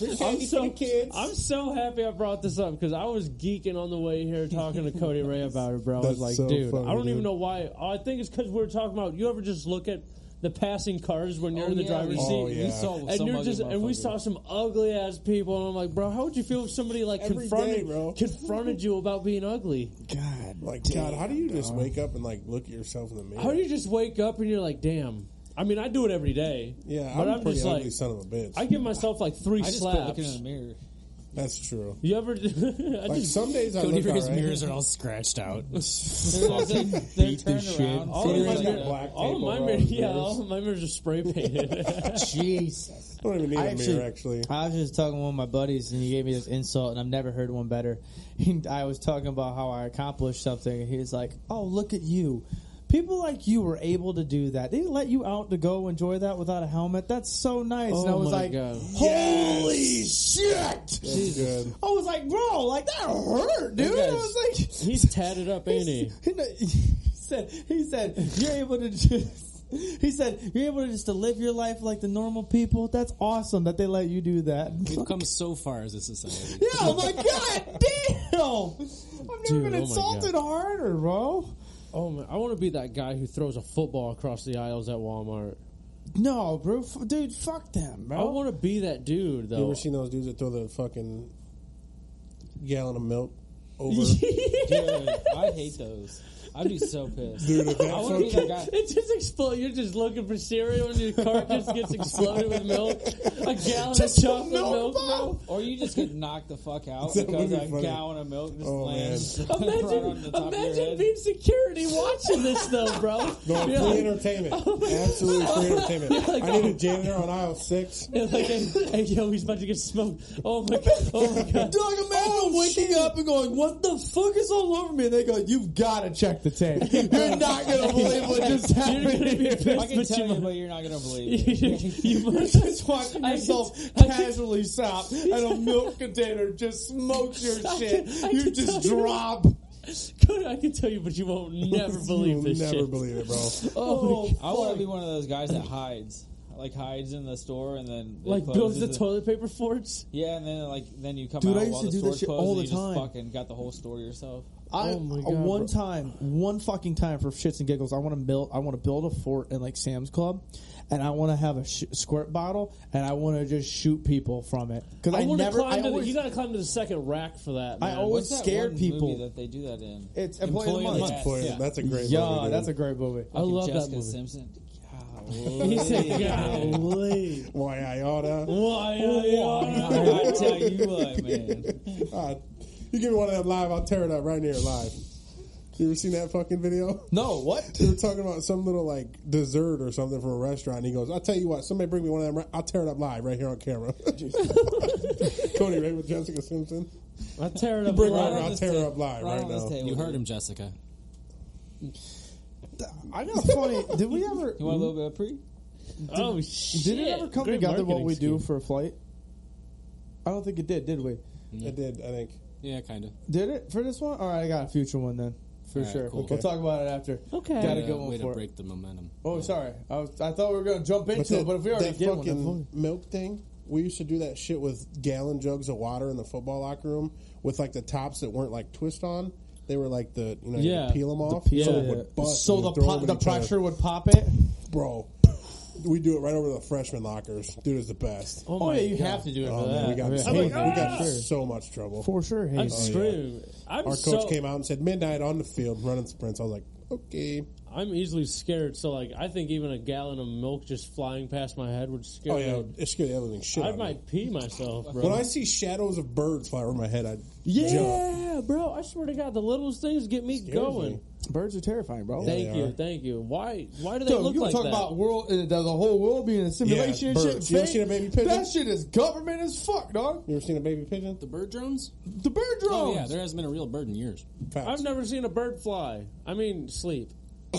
D: I'm so, I'm so happy I brought this up because I was geeking on the way here talking to Cody Ray about it, bro. I was
E: That's
D: like,
E: so
D: dude,
E: funny,
D: I don't even
E: dude.
D: know why. I think it's because we were talking about. You ever just look at the passing cars when you're in the driver's
E: we-
D: seat?
E: Oh, yeah.
H: We saw
D: And
H: some
D: you're
H: ugly
D: just and we
H: motherfucker.
D: saw some ugly ass people, and I'm like, bro, how would you feel if somebody like
E: Every
D: confronted
E: day, bro.
D: confronted you about being ugly?
C: God,
E: Like, God, how do you just wake up and like look at yourself in the mirror?
D: How do you just wake up and you're like, damn? I mean, I do it every day.
E: yeah,
D: but
E: I'm,
D: I'm,
E: a pretty
D: just
E: ugly
D: like,
E: son of a bitch.
D: I give myself like three
H: I just quit
D: slaps.
H: looking in the mirror.
E: That's true.
D: You ever? I
E: Like
D: just
E: some days I
F: Cody
E: look
F: Ray's
E: all right.
F: mirrors are all scratched out.
H: They're, they're turned around.
D: all of
E: Cody
D: my
E: Ray's got
D: mirrors-
E: black
D: all of
E: tape
D: my
E: over all
D: mirrors,
E: his
D: yeah,
E: mirrors.
D: all of my mirrors are spray painted.
C: Jesus.
E: I don't even need a
C: I actually-
E: mirror actually.
C: I was just talking to one of my buddies, and he gave me this insult, and I've never heard one better. He, I was talking about how I accomplished something, and he's like, "Oh, look at you! People like you were able to do that. They let you out to go enjoy that without a helmet. That's so nice." and I
D: Oh
C: was
D: my
C: like,
D: God.
C: "Holy shit!"
E: That's good.
C: I was like, "Bro, like that hurt, dude." I
D: guy's-
C: was like,
D: He's tatted up, ain't he?
C: he kn- he said, he said, you're able to just, he said, you're able to just to live your life like the normal people. That's awesome that they let you do that.
F: We've come so far as a society.
C: yeah, I'm like, God damn! I've never
D: Dude,
C: been
D: oh my
C: insulted harder, bro.
D: Oh man, I want to be that guy who throws a football across the aisles at Walmart.
C: No, bro, f- dude, fuck them,
D: I
C: bro.
D: want to be that dude
E: You
D: though.
E: ever seen those dudes that throw the fucking gallon of milk over?
H: Dude, I hate those. I'd be so pissed.
E: Dude, if that
H: I want to be that
E: fucking,
H: guy.
D: It just explodes. You're just looking for cereal, and your cart just gets exploded with milk. A gallon of
C: Just a
D: chocolate
C: milk
D: milk, bro.
C: bomb?
H: Or you just get knocked the fuck out
E: That would
H: because
E: be
H: a
E: funny.
H: gallon of milk just
E: Oh,
H: lands right on the
D: Imagine,
H: top of your
D: imagine
H: head.
D: being security watching this though, bro.
E: no, free
D: You're like-
E: entertainment. Absolutely free entertainment. I need a janitor on aisle six.
D: It's like, hey, yo, he's about to get smoked. Oh my god! Oh my god!
C: Dog, imagine
F: Oh,
C: waking up and going, "What the fuck is all over me?" And they go, "You've got to check the tape. You're not gonna believe what just
D: You're gonna
C: happened."
D: be pissed,
H: I can
D: but
H: tell
D: you
H: you,
D: might-
H: but you're not gonna believe it.
D: you, you
C: You're
D: might-
C: just watching
D: I
C: yourself
D: can- I can-
C: casually stop and a milk container just smokes your
D: I
C: shit.
D: can- I
C: you
D: can tell
C: just
D: you.
C: drop.
D: Cody, I can tell you, but you won't never believe
E: You'll
D: this
E: never
D: shit.
E: believe it, bro.
D: oh,
H: I want to be one of those guys that hides, like hides in the store and then it
D: like builds
H: closes
D: the
H: and-
D: toilet paper forts.
H: Yeah, and then like then you come
C: Dude,
H: out
C: I used
H: while
C: to
H: the
C: do
H: store
C: that shit
H: closes.
C: all
H: and
C: the
H: you just
C: time.
H: fucking got the whole store yourself.
C: I,
D: Oh my
C: uh,
D: God, bro.
C: one time, one fucking time for shits and giggles, I want to build. I want to build a fort in like Sam's Club, and I want to have a sh- squirt bottle, and I want to just shoot people from it because I,
D: I, want to
C: never.
D: climb.
C: I
D: to
C: always,
D: the, you got to climb to the second rack for that.
C: I
D: Man.
C: always
H: What's that
C: scared
H: one
C: people.
H: movie that they do that in?
C: it's employee,
F: Employee of
C: of the
F: the
C: month.
H: Month.
E: Boy,
H: Yeah.
E: That's a great movie,
C: Yeah,
E: dude.
C: that's a great movie.
D: I love that
H: Jessica
D: movie.
H: Simpson.
D: He
H: Golly.
D: said, "Golly,
E: Why I oughta.
D: why,
H: I tell you what, man.
E: Uh, you give me one of them live, I'll tear it up right near live. You ever seen that fucking video?
C: No, what?
E: They were talking about some little like dessert or something from a restaurant. And he goes, "I'll tell you what, somebody bring me one of them. right- I'll tear it up live right here on camera." Cody Ray with Jessica Simpson.
D: I tear it up.
E: Bring her
D: alive.
E: over, I'll
H: this
E: tear her
H: table.
E: up live
H: Right
E: right,
H: on this
E: now.
H: table.
F: You heard him, Jessica.
C: I got a funny. Did we ever?
H: You want a little bit of pre?
D: Oh shit!
C: Did it ever come
D: Great
C: together what
D: marketing
C: we
D: scheme.
C: do for a flight? I don't think it did, did we?
E: I did, I think.
F: Yeah, kind of.
C: Did it for this one? All right, I got a future one then, for
F: All right,
C: sure.
F: cool.
C: We'll
E: Okay.
C: talk about it after.
D: Okay.
C: got a
F: Yeah,
C: good one
F: way to
C: for it.
F: break the momentum.
C: Oh, sorry. I, was, I thought we were going to jump into it,
E: that-
C: but if we already
E: that
C: did one,
E: fucking
C: that's fine.
E: milk thing, we used to do that shit with gallon jugs of water in the football locker room with like the tops that weren't like twist on. They were like the you know you
D: Yeah.
E: could peel them off. so
D: peel.
E: it would bust.
C: so
E: and
C: the
E: you'd throw
C: pu-
E: 'em at
C: the Oh
E: each other.
C: pressure would pop it.
E: bro. We do it right over the freshman lockers. Dude is the best.
D: Oh,
C: Oh,
D: my
C: yeah, you
D: God.
C: have to do it for
E: Oh,
C: that.
E: man, we got,
C: Yeah.
E: so, we got so much trouble.
C: for sure.
D: I'm
C: Hayes.
D: screwed. I'm
E: Oh, Our coach
D: so,
E: came out and said midnight on the field running sprints. I was like, okay.
D: I'm easily scared. So like, I think even a gallon of milk just flying past my head would scare
E: Oh yeah,
D: me.
E: it scared the living shit.
D: I
E: out of me.
D: might pee myself, bro.
E: When I see shadows of birds fly over my head, I
D: yeah,
E: jump.
D: bro. I swear to God, the littlest things get me going.
E: me.
C: Birds are terrifying, bro.
E: Yeah,
D: Thank
E: they
D: you,
E: are.
D: thank you. Why? Why do they
C: Dude,
D: look
C: you
D: like
C: talk
D: that?
C: about world, uh, the whole world being a simulation and
E: birds.
C: shit.
E: You ever
C: fake?
E: seen a baby pigeon?
C: That shit is government as fuck, dog.
E: You ever seen a baby pigeon?
F: The bird drones?
C: The bird drones.
F: Oh, yeah, there hasn't been a real bird in years.
E: Facts.
D: I've never seen a bird fly. I mean, sleep.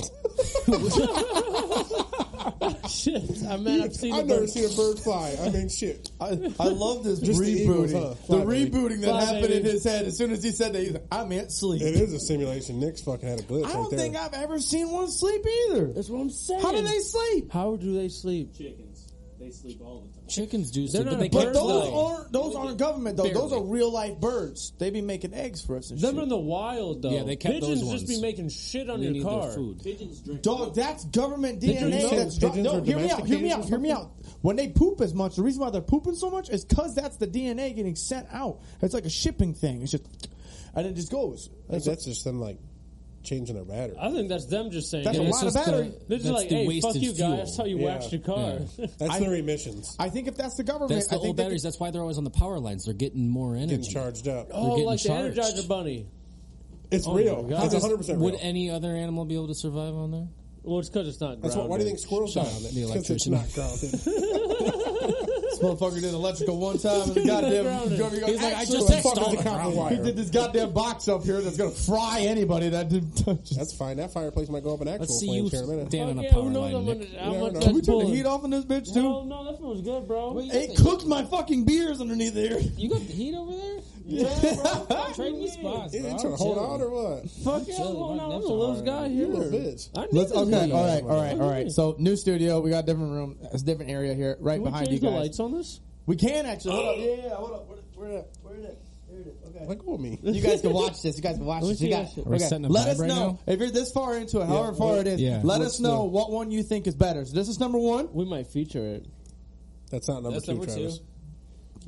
D: Shit, I mean, I've seen. a
E: I've never
D: bird-
E: seen a bird fly. I mean, shit.
C: I, I love this
E: Just the
C: rebooting. The,
E: Eagles, huh? Fly, baby.
C: rebooting that
D: Fly,
C: happened
D: baby.
C: in his head as soon as he said that. He's like, I meant sleep.
E: It is a simulation. Nick's fucking had a glitch
C: I
E: right
C: don't
E: there.
C: think I've ever seen one sleep either.
D: That's what I'm saying.
C: How do they sleep?
D: How do they sleep?
G: Chickens. They sleep all the time.
F: Chickens do sleep,
D: not
F: but
D: a
F: they
D: bird
F: can't
C: But those
F: fly.
C: aren't those aren't government though. Those
F: Barely.
C: are real life birds. They be making eggs for us and
D: Them
C: shit.
D: in the wild though.
F: Yeah, they kept
D: Pigeons
F: those
D: just be
F: ones.
D: making shit on
F: They
D: your
F: need
D: car.
F: their food.
G: Pigeons drink.
C: Dog, that's government
E: you
C: DNA.
E: know
C: That's
E: pigeons
C: no,
E: are
C: hear me out. Hear me
E: domesticated
C: out.
E: or
C: Hear me out.
E: something?
C: When they poop as much, the reason why they're pooping so much is because that's the DNA getting sent out. It's like a shipping thing. It's just, and it just goes.
E: That's, that's just them like changing their battery.
D: I think that's them just saying.
C: That's
D: it.
C: a
F: it's
C: lot of
F: just the-
C: battery.
D: They're just
F: that's
D: like,
F: the
D: hey,
F: wasted
D: fuck you
F: fuel.
D: guys. That's how you
E: Yeah.
D: waxed your car.
E: That's their emissions.
C: I think if that's the government,
F: That's the
C: I think
F: old
C: they
F: batteries. That's why they're always on the power lines. They're getting more
E: Getting
F: energy.
E: charged up.
D: oh,
F: getting
D: like
F: charged.
D: the Energizer Bunny.
E: It's real.
D: God.
E: It's
D: How
E: 100 percent
F: Would
E: real.
F: any other animal be able to survive on there?
D: Well, it's because it's not.
E: That's what, why do you think squirrels die
F: Sorry,
E: on it?
F: the
E: Because it's not grounded.
C: This motherfucker did electrical one time and the goddamn.
D: Grounded.
C: government got
F: He's like, I
C: extra
F: just
C: fucking
F: installed
C: the
F: it.
C: copper wire. He did this goddamn box up here that's gonna fry anybody that didn't touch it.
E: That's fine. That fireplace might go up an actual
F: Let's see
E: flame
F: you
E: chair in a minute.
F: stand on a
D: Yeah,
F: power
D: who knows how
F: line,
D: much,
F: Nick.
D: how
E: Yeah,
D: much
E: I know.
C: Can
D: that's
C: we turn the
D: pulling?
C: heat off in this bitch
D: Hell
C: too?
D: no, that feels good, bro.
H: Wait,
C: It cooked my fucking beers underneath here.
H: You got the heat over there? Trade me spots.
E: You
H: bro.
E: trying to
H: I'm
E: hold
H: chilling.
E: out or what?
D: Fuck yeah,
H: Chilling.
D: well,
H: My
D: no, I'm
H: nips
D: the
H: are
D: littlest
H: hard.
D: guy
E: You little
D: here.
E: bitch.
D: I need
C: Let's
D: this
C: okay.
D: heat.
C: All right, all right, all right.
D: Okay.
C: So new studio, we got different room. It's a different area here, right
D: Can we
C: behind you
D: change the
C: guys.
D: lights on this?
C: We can actually. Hold up, yeah, yeah, yeah, hold up. Where, where it at? Where it at? There it is. Okay.
E: Let go of me.
C: You guys can watch this. You guys can watch
D: Let me
C: this. You
D: see
C: guys,
D: that shit.
F: We're
C: okay.
F: setting a
C: Let
F: vibe
C: us
F: right
C: know if you're this far into it, however far it is.
F: yeah.
C: Let
F: What's
C: us know what one you think is better. So this is number one.
D: We might feature it.
E: That's not number
H: That's
E: two,
H: number two.
E: Travis.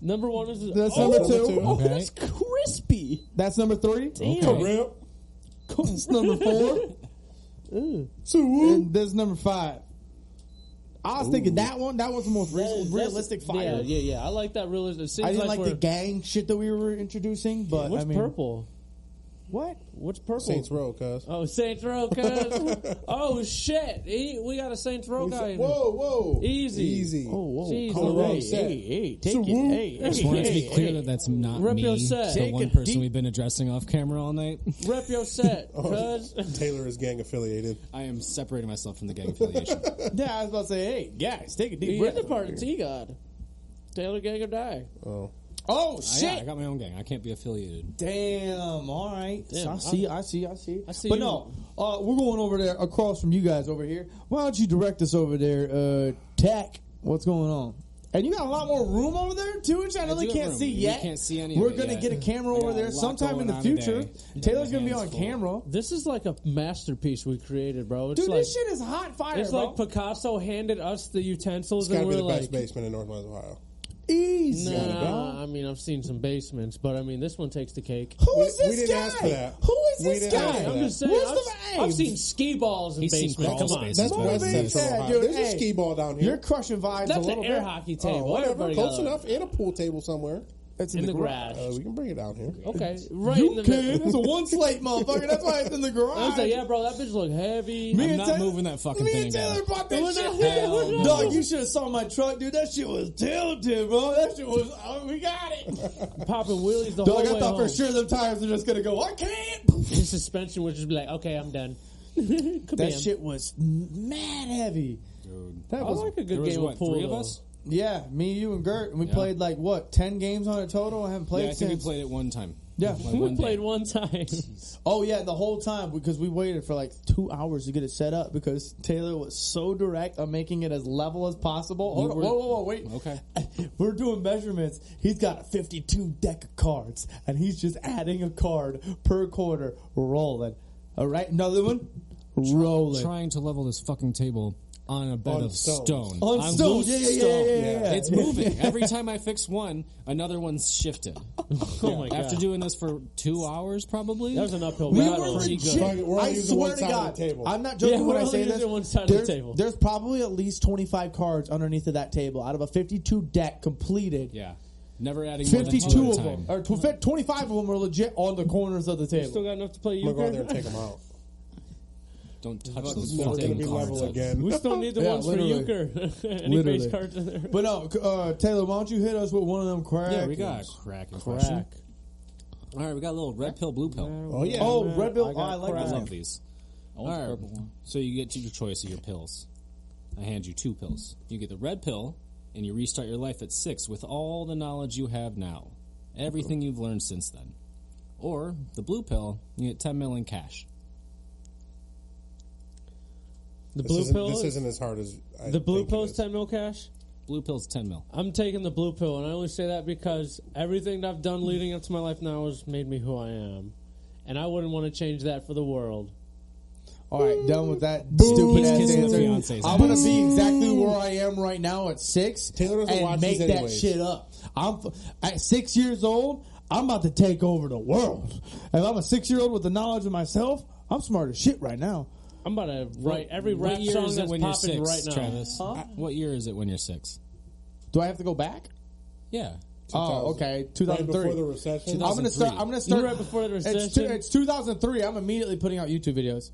D: Number one is
C: That's
D: oh,
C: number
E: number
C: two.
E: two.
F: Okay.
D: that's crispy.
C: That's number three.
D: Damn.
E: Rip.
C: That's number four.
E: So woo.
C: and this is number five. I was thinking that one. That was the most real-
D: That's-
C: realistic fire.
D: Yeah, yeah, yeah. I like that realistic. It seems
C: I didn't like,
D: we're-
C: the gang shit that we were introducing, but
D: What's
C: I mean,
D: purple?
C: What?
D: What's purple?
E: Saints Row, cuz.
D: Oh, Saints Row, cuz. oh, shit. E- we got a Saints Row guy. in here.
E: Whoa, whoa.
D: Easy.
E: Easy.
C: Oh,
D: whoa.
E: Colorado
D: hey,
E: set.
D: hey, hey, take
E: So
D: it.
E: woo.
D: Hey, hey,
F: Just wanted to be
D: hey,
F: clear
D: hey.
F: that that's not
D: Rep
F: me.
D: your set.
F: The
D: Take
F: one
D: a
F: person
D: deep-
F: we've been addressing off camera all night.
D: Rep your set,
E: Oh.
D: cuz.
E: Taylor is gang affiliated.
F: I am separating myself from the gang affiliation.
C: Yeah, I was about to say, hey guys, take a deep
D: You're
C: breath.
D: the part of T-God. Taylor Gang or Die.
E: Oh.
C: Oh
F: I,
C: shit!
F: yeah, I got my own gang. I can't be affiliated.
C: Damn. All right.
D: Damn,
C: I see. I see. I see.
D: I see
C: But
D: you.
C: no, uh, we're going over there across from you guys over here. Why don't you direct us over there, uh, Tech? What's going on? And you got a lot more room over there too, which I really
F: do have
C: can't
F: room.
C: see
F: We
C: yet.
F: can't see any of
C: We're
F: it
C: gonna
F: yet.
C: get a camera
F: I
C: over
F: got a
C: there
F: lot
C: sometime in
F: going
C: the
F: on today.
C: future.
F: Got
C: Taylor's
F: my
C: gonna be
F: hands
C: on
F: full.
C: camera.
D: This is like a masterpiece we created, bro. It's
C: Dude,
D: like,
C: this shit is hot fire,
D: It's
C: bro.
D: like Picasso handed us the utensils
E: It's got to
D: and
E: be
D: we're
E: the
D: like,
E: best basement in Northwest Ohio.
C: Easy,
D: Nah, I mean, I've seen some basements, but I mean, this one takes the cake.
C: bro. Who
E: We-
C: is this
E: we didn't
C: guy?
E: ask for that.
C: Who is
E: We
C: this
E: didn't
C: guy?
E: ask for
D: I'm
E: that.
D: just saying,
C: Where's
D: I've,
C: the-
D: I've seen skee balls in
F: He's seen
D: basements.
F: crawl
D: Come on,
F: spaces.
E: That's
F: Motivate
E: West Central
C: that,
E: Ohio.
C: dude.
E: There's a
C: Hey.
E: skee ball down
C: You're
E: here.
C: crushing vibes a
D: that's an
C: little
D: air
C: bit.
D: hockey
E: Oh,
D: table.
E: whatever.
D: Everybody
E: Close
D: got
E: enough. And a pool table somewhere.
C: It's
D: in the garage.
E: Uh, we can bring it down here.
D: Okay, right in
C: You
D: the
C: can.
D: middle.
C: It's a one slate motherfucker. That's why it's in the garage.
D: I was like, yeah, bro, that bitch look heavy.
C: Me
F: I'm
C: and
F: not
C: Taylor-
F: moving that fucking
C: me
F: thing
C: and Taylor
F: down.
C: bought that
D: We're
C: shit.
D: not- Hell no.
C: Dog, you should have saw my truck, dude. That shit was tilted, bro. That shit was. Oh, we got it.
D: I'm popping wheelies the
C: Dog,
D: whole
C: I
D: way
C: thought
D: home.
C: for sure them tires were just gonna go. I can't.
D: His suspension would just be like, okay, I'm done.
C: That shit was mad heavy.
F: Dude.
C: That
D: I
C: was.
D: like a
F: There
D: good
F: was
D: game
F: what,
D: of pool.
F: three of
D: though.
F: us?
C: yeah, me, you, and Gert, and we
F: Yeah.
C: played like what ten games on it total. I haven't played
F: Yeah, I think we
C: since.
F: played it one time.
C: Yeah.
F: Like
D: We
F: one day.
D: played one time.
C: Oh yeah, the whole time because we waited for like two hours to get it set up because Taylor was so direct on making it as level as possible. Hold on,
F: were-
C: whoa, whoa, whoa, wait.
F: Okay.
C: We're doing measurements. He's got a 52 deck of cards, and he's just adding a card per quarter, rolling. All right, another one, rolling.
F: Trying to level this fucking table on a bed
E: On
F: of
E: stones.
F: stone.
C: On
F: I'm
C: stone.
F: loose
C: Yeah, yeah, yeah, yeah,
F: stone.
C: Oh, yeah, yeah.
F: It's moving. Every time I fix one, another one's shifted.
D: oh my god,
F: After doing this for two hours, probably.
D: that was an uphill
C: We
D: battle.
C: were
D: Pretty good.
C: legit.
E: We're
C: I
E: only using
C: swear
E: one
C: to
E: side
C: God,
E: of the table.
C: I'm not joking
D: Yeah,
C: when
D: we're
C: I
D: only
C: say
D: using
C: this.
D: one side of the
C: there's,
D: table.
C: there's probably at least 25 cards underneath of that table out of a 52 deck completed.
F: yeah. Never adding more than
C: 52
F: two
C: of
F: at a time.
C: them, or tw- 25 of them are legit on the corners of the
D: Still
C: table.
D: got enough to play
E: I'm going to go out there
D: euchre.
E: and take them out.
F: Don't touch
E: It's
F: those
E: never going to
F: fucking
E: be
F: cards.
E: level again.
D: We still need the
C: Yeah,
D: ones
C: literally.
D: for euchre. Any
C: Literally.
D: base cards in there?
C: But no, c- uh, Taylor, why don't you hit us with one of them cracks?
F: Yeah, we got a cracking question.
C: crack.
F: All right, we got a little red pill, blue pill.
E: Oh, yeah.
C: Oh, Red Bill,
H: I
C: oh,
H: got
C: I like
F: I
C: that.
F: love these.
H: I
F: All
H: want the
F: right,
H: purple one.
F: so you get to your choice of your pills. I hand you two pills. You get the red pill, and you restart your life at six with all the knowledge you have now, everything you've learned since then. Or the blue pill, you get ten million cash.
D: The
E: This
D: blue
E: isn't,
D: pill.
E: this isn't as hard as I
D: The blue
E: think it
D: pill is
E: is.
D: ten mil cash.
F: Blue pill's ten mil.
D: I'm taking the blue pill, and I only say that because everything that I've done leading up to my life now has made me who I am, and I wouldn't want to change that for the world.
C: All right, done with that
F: He's
C: stupid ass
F: kissing the
C: answer.
F: fiancé's
C: I want to be exactly where I am right now at six
E: Taylor doesn't watch
C: and make
E: these
C: that
E: anyways.
C: shit up. I'm f- at six years old. I'm about to take over the world. If I'm a six year old with the knowledge of myself, I'm smart as shit right now.
D: I'm about to write every
F: What
D: rap
F: year
D: song
F: is it
D: that's
F: when you're
D: popping right
F: six,
D: now.
F: Travis? What year is it when you're six?
C: Do I have to go back?
F: Yeah,
C: Oh, okay,
E: Right
C: 2003.
E: before the recession.
C: I'm gonna start.
F: 2003.
C: I'm gonna start
D: You're right before the
C: It's, two,
D: recession.
C: it's 2003. I'm immediately putting out YouTube videos.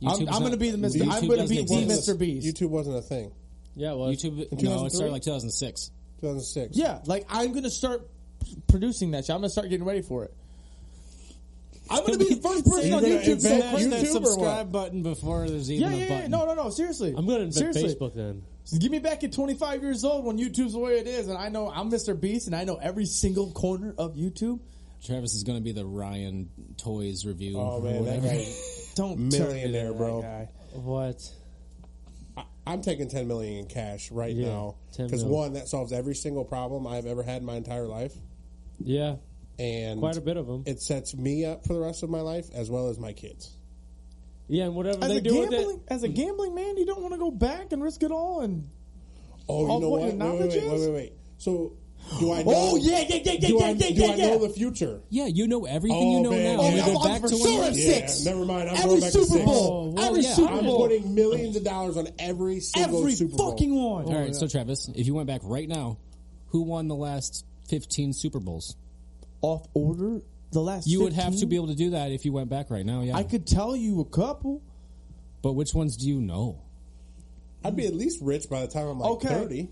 C: I'm,
F: YouTube's
C: I'm
F: not-
C: gonna be the Mr. I'm
F: YouTube
C: gonna
F: doesn't
C: be the
F: exist.
C: Mr. Beast.
E: YouTube wasn't a thing.
D: Yeah, well,
F: YouTube. No, it
E: 2003?
F: started like 2006.
E: 2006.
C: Yeah, like I'm gonna start producing that shit. I'm gonna start getting ready for it. I'm gonna be the first person
E: You're
C: on
E: gonna
C: YouTube.
E: invent
C: to
E: Press
C: say-
E: that YouTube
F: that
E: or subscribe
F: subscribe button before there's even
C: Yeah,
F: a
C: yeah,
F: button.
C: yeah. No, no, no. Seriously,
D: I'm going to invent
C: seriously.
D: Facebook then.
C: Give me back at 25 years old when YouTube's the way it is, and I know I'm Mr. Beast, and I know every single corner of YouTube.
F: Travis is gonna be the Ryan Toys review.
E: Oh
F: or
E: man, that
F: whatever.
E: guy,
C: Don't turn me to
E: millionaire,
C: that
E: bro.
C: guy.
D: What?
E: I, I'm taking 10 million in cash right
D: Yeah,
E: now
D: 10
E: because
D: mil.
E: one that solves every single problem I've ever had in my entire life,
D: Yeah,
E: and
D: quite a bit of them.
E: It sets me up for the rest of my life as well as my kids.
D: Yeah, and whatever
C: As
D: they
C: a
D: do with
C: gambling,
D: it.
C: as a gambling man, you don't want to go back and risk it all and
E: Oh, you
C: Of
E: know
C: what
E: what?
C: your
E: Wait, wait,
C: knowledge
E: wait, wait,
C: is?
E: wait, wait. So, do I know?
C: Oh yeah, yeah, yeah, yeah,
E: do
C: yeah,
E: I,
C: yeah,
E: do
C: yeah,
E: I
C: yeah.
E: know the future?
F: Yeah, you know everything
E: Oh,
F: you know
E: man,
F: now.
E: yeah.
F: You
E: Oh,
F: go
C: I'm
F: back
C: for
F: to
C: sure
F: when
C: at
F: you-
E: Yeah,
C: six.
E: never mind, I'm
C: every
E: going back to
C: Super
E: six.
C: Bowl,
D: Oh, well,
C: every
F: yeah,
C: Super
E: I'm
C: Bowl,
E: putting millions of dollars on every single
C: every
E: Super Bowl.
C: fucking one.
F: All right, so Travis, if you went back right now, who won the last 15 Super Bowls?
C: Off order, the last
F: You would have to
C: 15?
F: be able to do that if you went back right now. Yeah,
C: I could tell you a couple.
F: but which ones do you know?
E: I'd be at least rich by the time I'm like
C: Okay.
E: 30.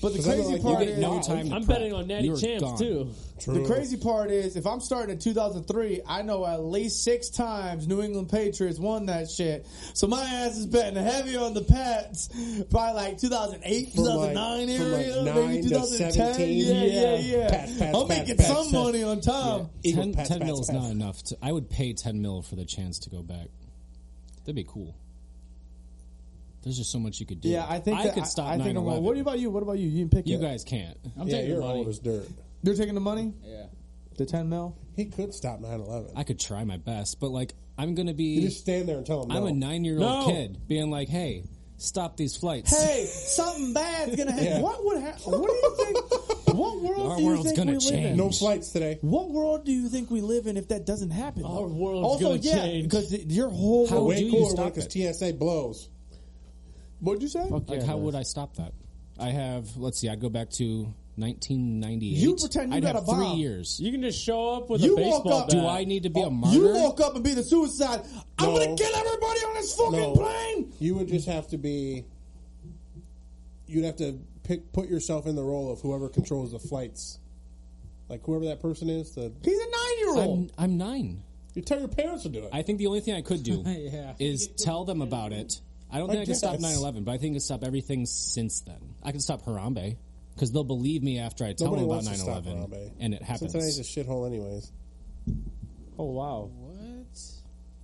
C: But the
E: 'Cause I don't
C: crazy
E: like- you
C: part
E: get
C: is,
E: no
F: No time. to
D: I'm
F: prep.
D: betting on Natty
F: You're
D: Champs
F: gone.
D: too.
E: True.
C: the crazy part is, if I'm starting in 2003, I know at least six times New England Patriots won that shit. So my ass is betting heavy on the Pats by like 2008,
E: From, like,
C: 2009
E: from, like,
C: area,
E: 9
C: maybe
E: to
C: 2010.
E: 17.
C: Yeah, yeah, yeah.
E: Pats, Pats,
C: I'm
E: Pats,
C: making
E: Pats,
C: some
E: Pats.
C: money on time.
E: Eagle,
F: 10,
E: pass,
F: 10
E: pass,
F: mil is
E: pass.
F: not enough. To, I would pay 10 mil for the chance to go back. That'd be cool. There's just so much you could do.
C: Yeah, I think
F: I
C: that-
F: could stop
C: I, think I'm going,
F: 9/11.
C: What about you? What about you? You didn't pick
F: You
C: yet.
F: guys can't.
H: I'm
E: Yeah,
H: taking
E: you're
H: the money.
E: old as dirt.
C: They're taking the money,
H: Yeah.
C: the 10 mil.
E: He could stop 9 11.
F: I could try my best, but like I'm gonna
E: You
F: be.
E: just stand there and tell him.
F: I'm
E: no.
F: a nine year old
D: No.
F: kid being like, "Hey, stop these flights."
C: Hey, something bad's gonna happen.
E: Yeah.
C: What would happen? What do you think? What world
F: Our
C: do you
F: world's
C: think
F: gonna
C: we live in?
F: change.
E: No flights today.
C: What world do you think we live in if that doesn't happen?
D: Our
C: though?
D: world's
C: also,
D: gonna
C: yeah,
D: change.
C: because your whole
F: How would
E: Way
F: you
E: cooler
F: stop
E: because
F: it?
E: TSA blows.
C: what'd you say?
F: Like, how would I stop that? I have. Let's see. I'd go back to 1998.
C: You pretend you
F: I'd
C: got
F: have
C: a
F: three
C: bomb.
F: years.
D: You can just show up with
C: You
D: a
C: walk
D: baseball
C: up-
D: bat.
F: Do I need to be a martyr?
C: Uh, You walk up and be the suicide. I'm
E: No.
C: gonna kill everybody on this fucking
E: No.
C: plane.
E: You would just have to be. You'd have to pick, put yourself in the role of whoever controls the flights, like whoever that person is. The
C: He's a nine year
F: I'm,
C: old.
F: I'm nine.
E: you tell your parents to do it.
F: I think the only thing I could do
H: Yeah.
F: is tell them about it. I don't think I,
E: I
F: can stop
E: guess.
F: 9/11, but I think I can stop everything since then. I can stop Harambe because they'll believe me after I tell
E: Nobody
F: them about
E: wants to stop
F: 9/11,
E: Harambe.
F: and it happens.
E: Cincinnati's a shithole, anyways.
D: Oh wow!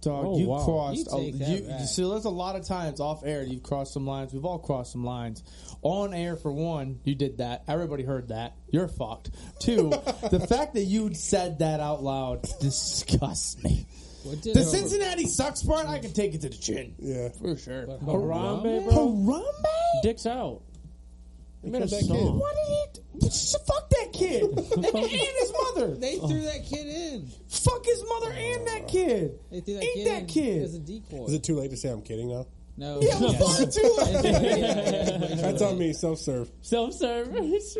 C: Dog,
D: Oh,
C: you
D: wow.
C: crossed.
H: You take
C: a,
H: that
C: you,
H: back.
C: so there's a lot of times off air you've crossed some lines. We've all crossed some lines. On air, for one, you did that. Everybody heard that. You're fucked. Two, the fact that you said that out loud disgusts me.
H: What did
C: The
H: Har-
C: Cincinnati sucks part, I can take it to the chin.
E: Yeah,
C: For sure.
H: Har-
D: Harambe, bro.
C: Harambe?
D: Dicks out.
E: They
D: made a
E: killed that
D: song.
E: kid.
C: What did he? Sh- Fuck that kid and, and his mother.
H: They threw that kid in.
C: Fuck his mother and that kid.
H: They threw that
C: Eat
H: kid
C: that
H: in
C: kid.
H: as a decoy.
E: Is it too late to say I'm kidding now?
H: no.
C: Yeah, it was fucking too late.
E: That's on me. Self serve.
D: Self service.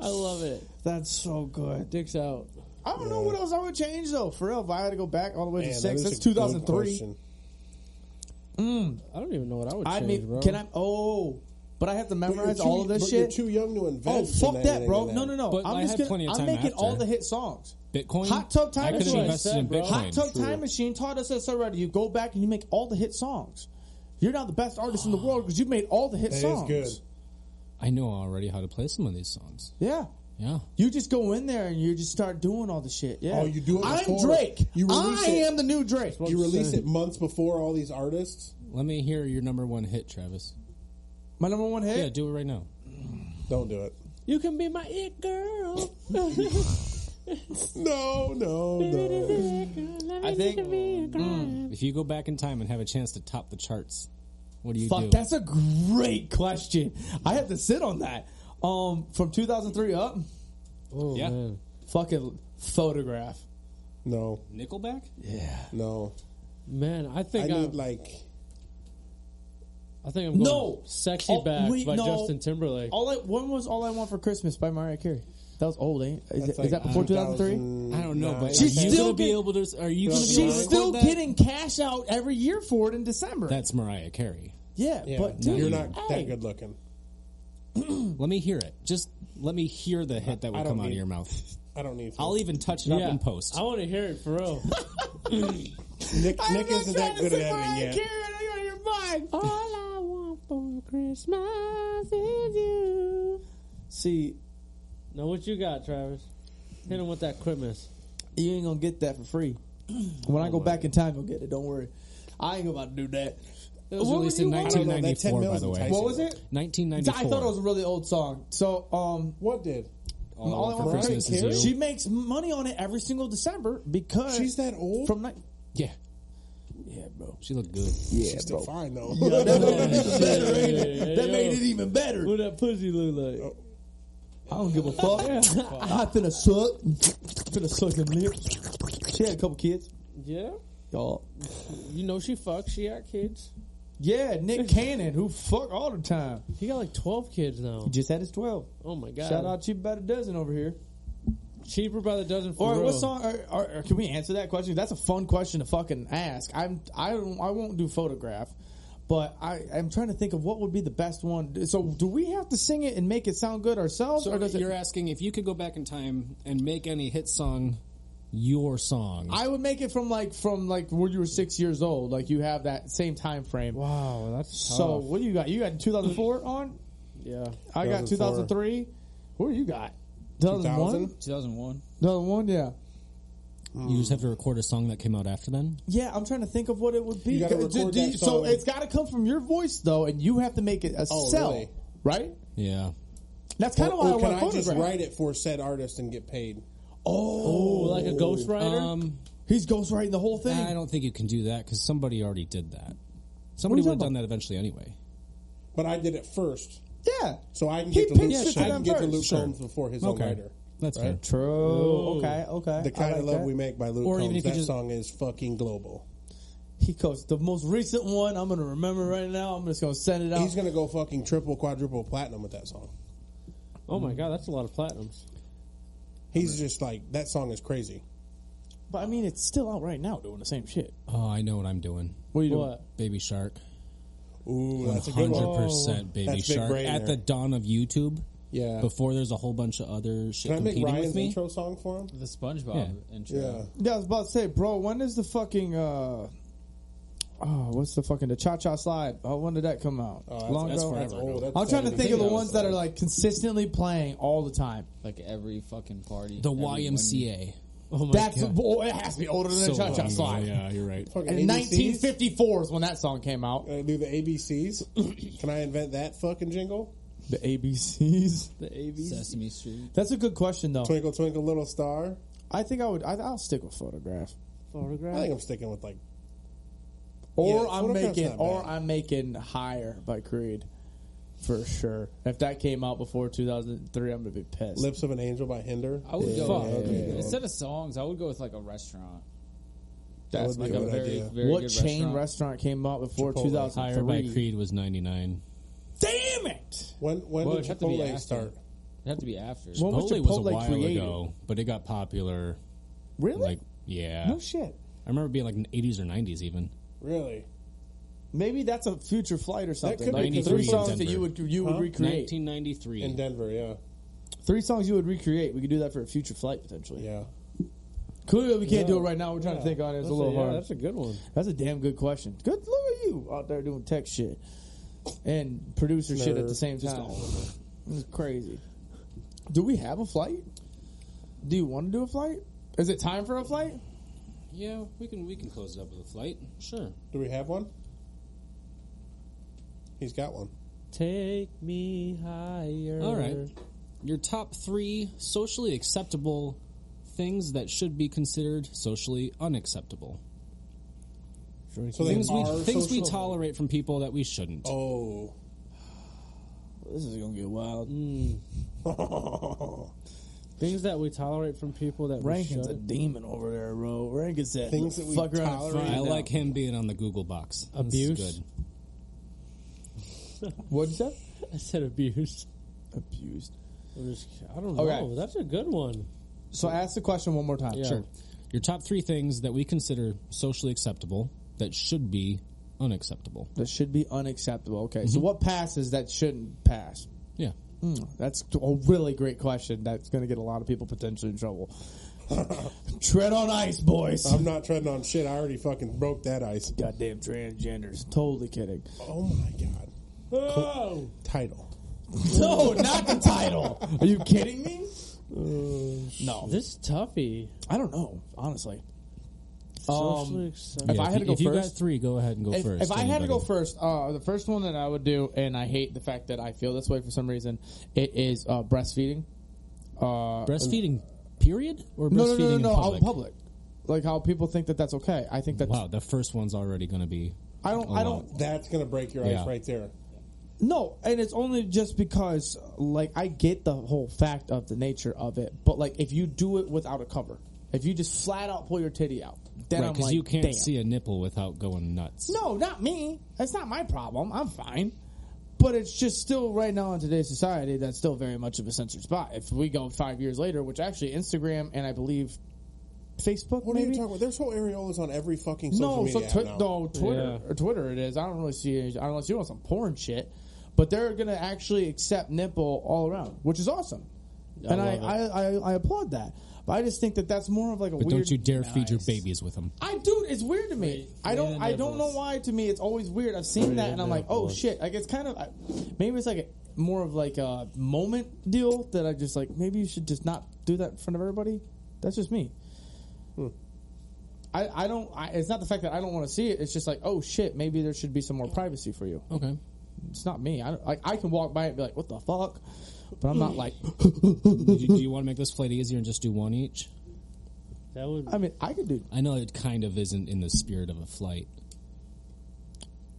D: I love it.
C: That's so good.
D: Dicks out.
C: I don't know what else I would change though. For real, if I had to go back all the way to six, that's
E: a good
C: 2003.
E: question.
D: I don't even know what I would
C: I
D: change,
C: mean,
D: bro.
C: can I? Oh, but I have to
E: But you're
C: memorize
E: too-
C: all of this
E: but You're
C: shit.
E: too young to
C: Oh
E: invest.
C: fuck
E: in
C: that, bro!
E: anything
C: No,
E: in
C: no,
E: that.
C: no!
F: But
C: I'm
F: I
C: just
F: had
C: gonna,
F: plenty of
C: I'm
F: time
C: making
F: after.
C: all the hit songs.
F: Bitcoin.
C: Hot Tub Time
F: I could have
D: Machine.
F: invested in
D: That's
F: Bitcoin.
D: what I
C: Hot Tub Time Machine taught us this already. You go back and you make all the hit songs. You're now the best artist in the world because you've made all the hit
E: That is
C: songs.
E: good.
F: I know already how to play some of these songs.
C: Yeah.
F: Yeah.
C: You just go in there and you just start doing all the shit. Yeah.
E: Oh, you do it
C: I'm
E: before-
C: Drake.
E: you release
C: I
E: it.
C: am the new Drake.
E: You release it months before all these artists.
F: Let me hear your number one hit, Travis.
C: My number one hit.
F: Yeah, do it right now.
E: Don't do it.
D: You can be my it girl.
E: No, no, no.
H: I think
F: If you go back in time and have a chance to top the charts, what do you
C: Fuck,
F: do?
C: that's a great question. I have to sit on that. Um, from 2003 up,
D: Oh,
F: Yeah.
D: man.
C: fucking photograph.
E: No,
F: Nickelback?
C: Yeah.
E: no.
D: Man, I
E: I
D: think I,
E: need, like,
D: I think I'm going
C: No!
D: sexy
C: Oh,
D: back
C: wait,
D: by
C: no. Oh.
D: Justin Timberlake.
C: All I when was All I Want for Christmas by Mariah Carey? That was old, ain't? Is, it-
E: that's like
C: is that before 2003?
E: 2000
F: I don't know, but
C: She's
F: are you
C: still
F: gonna be
C: get-
F: able to? Are you gonna be able to
C: She's
F: record
C: still
F: that?
C: getting cash out every year for it in December.
F: That's Mariah Carey.
C: yeah,
E: Yeah,
C: but dude,
E: you're not
C: hey,
E: that good looking.
F: Let me hear it. Just let me hear the hit that
E: I
F: will
E: don't
F: come out of
E: need-
F: your mouth.
E: I don't need.
F: I'll even touch it up in post.
D: I want to hear it for real.
E: Nick,
C: I'm
E: Nick
C: not
E: isn't
C: trying
E: that
C: to
E: good at
C: say
E: editing
C: Mariah
E: yet.
C: Carey, I know you're mine.
D: All I want for Christmas is you.
C: See,
D: Now, what you got, Travis? Hit him with that Christmas.
C: you ain't gonna get that for free. When I go back in time, you'll get it. Don't worry. I ain't about to do that.
F: It was
C: What
F: released
C: would you
F: in
C: want?
E: I don't know, that 10
F: 1994, by
E: mil's
F: the way.
E: enticing.
C: What was it? I
F: 1994.
C: thought it was a really old song. So, um,
E: What did?
F: All,
C: all
F: I want for
E: Mariah
F: Christmas
E: Carey?
F: is you.
C: she makes money on it every single December because
E: She's that old.
C: from night.
F: yeah,
C: Yeah, bro.
F: she looked good.
C: Yeah,
E: She's still
C: bro.
E: fine though.
C: That made it even better.
D: What that pussy look like?
C: I don't give a fuck. I finna suck. finna suck them lips. She had a couple kids.
D: Yeah,
C: Y'all.
D: you know she fucked. She got kids.
C: Yeah, Nick Cannon, who fuck all the time.
D: He got like twelve kids now.
C: Just had his 12.
D: Oh my god!
C: Shout out to about a dozen over here.
D: cheaper by the dozen for
C: Or
D: real.
C: what song? Or, or, or can we answer that question? That's a fun question to fucking ask. I'm I don't I won't do photograph, but I I'm trying to think of what would be the best one. So do we have to sing it and make it sound good ourselves,
F: So
C: or does it?
F: you're asking if you could go back in time and make any hit song your song?
C: I would make it from like from like when you were six years old. Like you have that same time frame.
D: Wow, that's tough.
C: So what do you got? You got 2004 on.
D: yeah.
C: I got
E: 2004.
C: 2003. Who you got? 2001.
E: 2000?
H: 2001.
C: 2001. Yeah. Mm.
F: you just have to record a song that came out after then.
C: Yeah, I'm trying to think of what it would be.
E: You gotta
C: Do- do-
E: record
C: do
E: that
C: you- So
E: song.
C: it's got to come from your voice though, and you have to make it a
E: Oh,
C: sell,
E: really?
C: right?
F: Yeah,
C: That's kind of why
E: Or
C: I
E: can
C: want
E: I just
C: photograph.
E: write it for said artist and get paid?
C: Oh,
D: Ooh, like a ghostwriter.
C: Uh,
F: um,
C: he's ghostwriting the whole thing.
F: I don't think you can do that because somebody already did that. Somebody
C: you
F: would have
C: talking
F: done that eventually anyway.
E: But I did it first,
C: yeah.
E: so I can
C: He
E: get to Luke.
C: pitched it to
E: I
C: them
E: can get to
C: first.
E: Luke
F: Sure.
E: Combs before his own writer.
F: that's fair.
C: True. Oh, Okay. Okay.
E: The kind
C: I
E: of
C: like
E: love
C: that.
E: we make by Luke
F: Or even
E: Combs.
F: if you
E: That
F: just-
E: song is fucking global.
C: He goes the most recent one. I'm gonna remember right now. I'm just gonna send it out.
E: He's gonna go fucking triple, quadruple platinum with that song.
D: oh my god, that's a lot of platinums.
E: He's just like that song is crazy.
C: but I mean, it's still out right now doing the same shit.
F: Oh, I know what I'm doing.
C: What are you doing?
D: What?
F: Baby Shark.
E: Ooh, that's a good one.
F: hundred percent baby
E: That's big
F: shark
E: brain
F: at
E: there.
F: the dawn of YouTube.
E: Yeah.
F: Before there's a whole bunch of other shit
E: Can I make
F: competing with
E: Ryan's
F: me.
E: intro song for him?
H: The SpongeBob intro.
C: Yeah, I was about to say, bro. When is the fucking uh? Oh, what's the fucking the cha cha slide? Oh, when did that come out?
E: Oh, that's-
F: that's
C: ago?
F: forever.
E: That's old. That's
C: I'm trying to think of the
E: 70s.
C: ones that are like consistently playing all the time.
H: Like every fucking party.
F: The
H: every Wendy's.
F: YMCA.
D: Oh my
C: That's
D: god.
C: boy, it has to be older than
F: So
C: the cha cha
F: long ago,
C: slide.
F: Yeah, you're right.
E: Fucking
C: In
E: ABCs?
C: 1954 is when that song came out.
E: Can I do the ABCs? Can I invent that fucking jingle?
C: The ABCs.
D: the ABs.
H: Sesame Street.
C: That's a good question, though.
E: Twinkle Twinkle Little Star.
C: I think I would. I, I'll stick with photograph,
E: I think
D: Photograph.
E: I'm sticking with like
C: or
E: Yeah,
C: I'm
E: Photograph's
C: making,
E: not
C: or
E: bad.
C: I'm making higher by Creed, for sure. If that came out before 2003, I'm gonna be pissed.
E: Lips of an Angel by Hinder.
H: I would go
E: Yeah,
H: with,
E: okay.
H: instead of songs. I would go with like a restaurant,
C: That's
E: That
C: my
E: would
H: like
E: be
H: a
E: good
H: very,
E: idea.
H: very
C: what
H: good
C: chain
H: restaurant.
C: restaurant came out before
E: Chipotle.
F: Higher by
C: 2003?
F: Creed was 99.
C: Damn it!
E: When when
H: Well,
E: did
H: it'd have to be
E: Chipotle
H: after.
E: start?
H: It'd have to be after.
C: What was
F: Chipotle was a
C: Chipotle
F: while
C: created?
F: ago, but it got popular.
C: Really?
F: Like, yeah.
C: no shit.
F: I remember being like in the 80s or 90s even.
E: Really?
C: Maybe that's a future flight or something.
E: could be
C: Like
F: 93
C: three
F: in
C: songs that
F: Denver.
C: you would you would
E: Huh?
C: recreate.
F: 1993.
E: In Denver, yeah.
C: Three songs you would recreate. We could do that for a future flight potentially.
E: Yeah.
C: Clearly, we can't do it right now. We're trying to think on it. It's a little
D: yeah,
C: hard.
D: That's a good one.
C: That's a damn good question. Good look at you out there doing tech shit and producer shit at the
E: Nerd.
C: same time. It's crazy. Do we have a flight? Do you want to do a flight? Is it time for a flight?
F: yeah, we can we can close it up with a flight. Sure.
E: Do we have one? He's got one.
D: Take me higher.
F: All right.
D: Mm-hmm.
F: Your top three socially acceptable things that should be considered socially unacceptable.
E: So they
F: Things we,
E: are
F: things we
E: social?
F: tolerate from people that we shouldn't.
E: Oh,
H: This is gonna get wild.
D: Mm, Hmm. Things that we tolerate from people that
C: Rankin's
D: we
C: a
D: should.
C: demon over there, bro. Rankin said
E: Things that we
C: fuck around and
E: tolerate.
C: find
F: I
C: out."
F: like him being on the Google box. This is
D: Abuse?
F: good.
C: What'd you say?
D: I said abuse.
C: Abused.
D: I'm just- I don't
C: Okay.
D: know. That's a good one.
C: So ask the question one more time.
D: Yeah.
F: Sure. Your top three things that we consider socially acceptable that should be unacceptable.
C: That should be unacceptable. Okay. So
D: Mm-hmm.
C: what passes that shouldn't pass?
F: Yeah.
C: Hmm, that's a really great question. That's going to get a lot of people potentially in trouble. Tread on ice, boys.
D: Uh-huh.
E: I'm not treading on shit. I already fucking broke that ice.
C: Goddamn transgenders. Totally kidding.
E: Oh my god.
D: Oh,
E: Title.
C: No, not the title. Are you kidding me?
D: Uh,
C: no.
D: this toughie.
C: I don't know, honestly.
D: Socially
C: Um,
D: acceptable.
C: if I had to
F: you-
C: go
F: if you got
C: first-
F: three, go ahead and go
C: If,
F: first.
C: if I had to
F: anybody.
C: go first, uh, the first one that I would do, and I hate the fact that I feel this way for some reason, it is uh, breastfeeding. Uh,
F: breastfeeding, period, or breastfeeding
C: no, no, no, no,
F: in
C: no, out
F: public?
C: in public. Like how people think that that's okay. I think that's
F: Wow, the first one's already going to be.
C: I don't. I don't.
E: That's gonna break your
F: Yeah.
E: ice right there.
C: No, and it's only just because, like, I get the whole fact of the nature of it, but like, if you do it without a cover, if you just flat out pull your titty out, then
F: Right,
C: I'm
F: because
C: like,
F: you can't
C: damn.
F: see a nipple without going nuts.
C: No, not me. That's not my problem. I'm fine. But it's just still right now in today's society that's still very much of a censored spot. If we go five years later, which actually Instagram and I believe Facebook,
E: What are
C: maybe
E: you talking about? There's whole areolas on every fucking social
C: no, so
E: media.
C: twi-
E: app now.
C: no Twitter or Twitter it is. I don't really see any, unless you want some porn shit, but they're gonna actually accept nipple all around, which is awesome, and I, I, I I applaud that. But I just think that that's more of like a
F: But
C: weird.
F: don't you dare feed your babies with them.
C: I do. It's weird to me. I don't. I don't know why. To me, it's always weird. I've seen that, and I'm like, oh shit. Like it's kind of I- maybe it's like a, more of like a moment deal that I just like. Maybe you should just not do that in front of everybody. That's just me. Hmm. I, I don't. I, it's not the fact that I don't want to see it. It's just like, oh shit. Maybe there should be some more privacy for you.
F: Okay.
C: It's not me. I don't- like I can walk by it and be like, what the fuck. But I'm not like.
F: do, you, do you want to make this flight easier and just do one each?
D: that would.
C: I mean, I could do.
F: I know it kind of isn't in the spirit of a flight.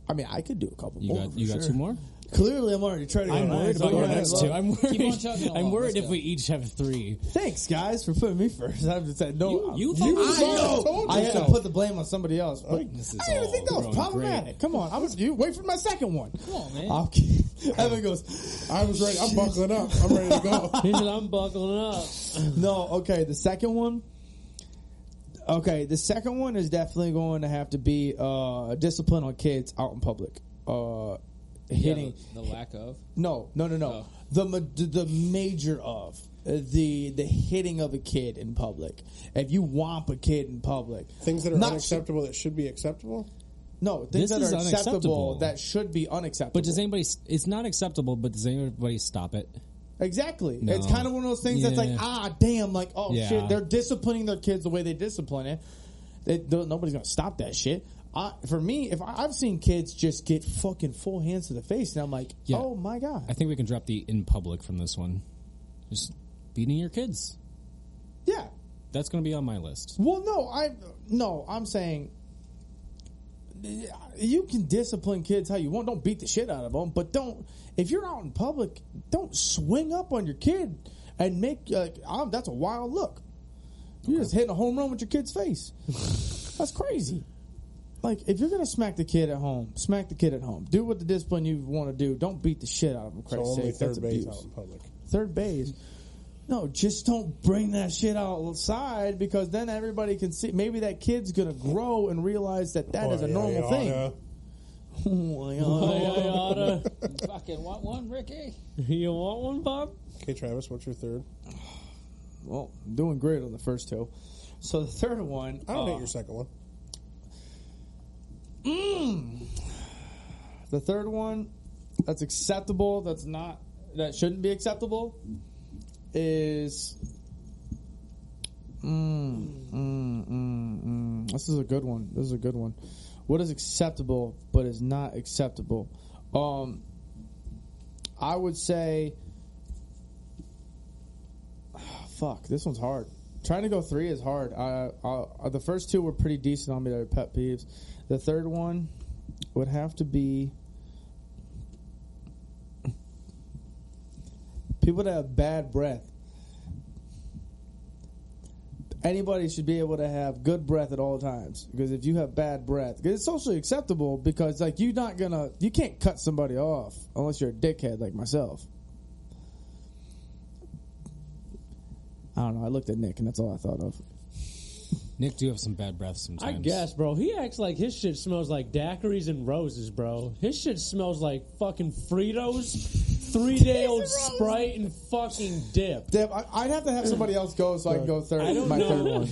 C: I mean, I could do a couple
F: You
C: more.
F: got you got two more.
C: Clearly, I'm already trying to.
F: I'm worried about your next two. I'm
H: Keep
F: worried.
H: on chugging
F: I'm
H: along.
F: worried
H: Let's
F: if
H: go.
F: we each have three.
C: Thanks, guys, for putting me first. I just said no.
F: You- you
C: I,
F: fucking
C: know.
E: told
C: I had to
E: yourself.
C: put the blame on somebody else. But I
F: this is
C: didn't even
F: all
C: think that
F: growing
C: was problematic. Come on, I was. You wait for my second one. Come
H: on, man.
C: I'll keep, Evan goes.
E: I was ready. I'm buckling up. I'm ready to go.
D: He said, I'm buckling up.
C: No, okay. The second one. Okay, the second one is definitely going to have to be uh, discipline on kids out in public. Uh, hitting.
H: the, the lack of.
C: No, no, no, no. The ma- The the major of uh, the the hitting of a kid in public. If you womp a kid in public,
E: Things that are
C: Not-
E: unacceptable that should be acceptable.
C: No, things
F: This
C: that
F: is
C: are acceptable
F: unacceptable.
C: that should be unacceptable.
F: But does anybody? s- It's not acceptable. But does anybody stop it?
C: exactly?
F: No.
C: It's kind of one of those things that's like,
F: Yeah.
C: ah, damn, like, oh
F: Yeah.
C: shit, they're disciplining their kids the way they discipline it. They, th- nobody's gonna stop that shit. I, for me, if I, I've seen kids just get fucking full hands to the face, and I'm like,
F: Yeah.
C: oh my god,
F: I think we can drop the in public from this one. Just beating your kids.
C: yeah.
F: That's going to be on my list.
C: Well, no, I no, I'm saying. You can discipline kids how you want. Don't beat the shit out of them, but don't. If you're out in public, don't swing up on your kid and make. Uh, um, that's a wild look. You're just hitting a home run with your kid's face. that's crazy. Like if you're gonna smack the kid at home, smack the kid at home. Do what the discipline you want to do. Don't beat the shit out of them.
E: So only
C: that's
E: third base
C: abuse
E: out in public.
C: third base. No, just don't bring that shit outside because then everybody can see. Maybe that kid's gonna grow and realize that
E: Oh,
C: that is a normal thing. Oh, yeah.
D: Toyota.
H: Fucking want one, Ricky?
D: you want one, Bob?
E: Okay, Travis, what's your third?
C: Well, doing great on the first two. So the third one,
E: I don't
C: uh,
E: hate your second one.
C: the third one that's acceptable, that's not that shouldn't be acceptable, is. Mm, mm, mm, mm. This is a good one. This is a good one. What is acceptable but is not acceptable? Um, I would say, fuck, this one's hard. Trying to go three is hard. Uh, uh, the first two were pretty decent on me. They're pet peeves. The third one would have to be people that have bad breath. Anybody should be able to have good breath at all times because if you have bad breath, 'cause it's socially acceptable because like you're not gonna, you can't cut somebody off unless you're a dickhead like myself. I don't know. I looked at Nick and that's all I thought of.
F: Nick do have some bad breath
D: I
F: sometimes.
D: guess, bro. He acts like his shit smells like daiquiris and roses, bro. His shit smells like fucking Fritos, three day old Sprite, and fucking dip.
C: Damn, I, I'd have to have somebody else go so I can go third.
D: I don't
C: my
D: know.
C: third one.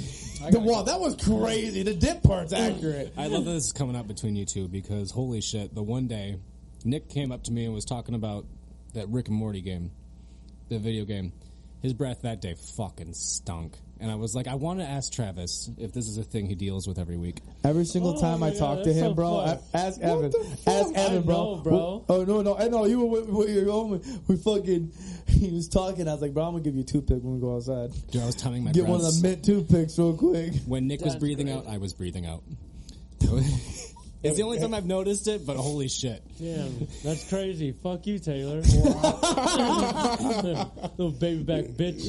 C: The wall that was crazy. The dip part's accurate.
F: I love that this is coming up between you two because holy shit, the one day Nick came up to me and was talking about that Rick and Morty game, the video game. His breath that day fucking stunk. And I was like, I want to ask Travis if this is a thing he deals with every week.
C: Every single
D: Oh
C: time
D: my
C: I
D: God,
C: talk to
D: that's
C: him,
D: so
C: bro,
D: fun.
C: I- ask Evan. Ask
D: I
C: Evan, bro.
D: know, bro.
C: Oh no, no, I know you were with, with your own. We fucking. He was talking. I was like, bro, I'm gonna give you a toothpick when we go outside.
F: Dude, I was timing my
C: Get
F: breaths.
C: one of the mint toothpicks real quick.
F: when Nick was
D: That's
F: breathing
D: great.
F: out, I was breathing out. it's the only time I've noticed it, but holy shit.
D: Damn, that's crazy. Fuck you, Taylor. Little baby back bitch.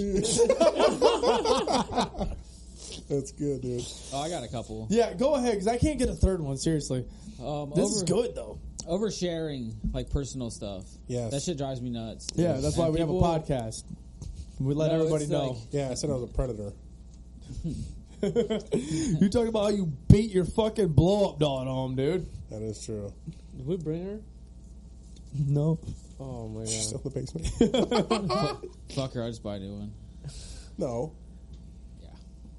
E: That's good, dude.
H: Oh, I got a couple.
C: Yeah, go ahead because I can't get a third one. Seriously,
H: Um,
C: this
H: over,
C: is good though.
H: Oversharing, like personal stuff.
E: Yes.
H: that shit drives me nuts.
C: Yeah, that's why
H: And
C: we have a
H: people-
C: podcast. We let
H: No,
C: everybody
H: it's
C: know.
H: like-
E: Yeah, I said I was a predator.
C: you talking about how you beat your fucking blow up doll home, dude?
E: That is true.
D: Did we bring her?
C: No,
D: Oh my
E: She's
D: god.
E: still in the basement.
H: Fuck her, I just buy a new one.
E: no,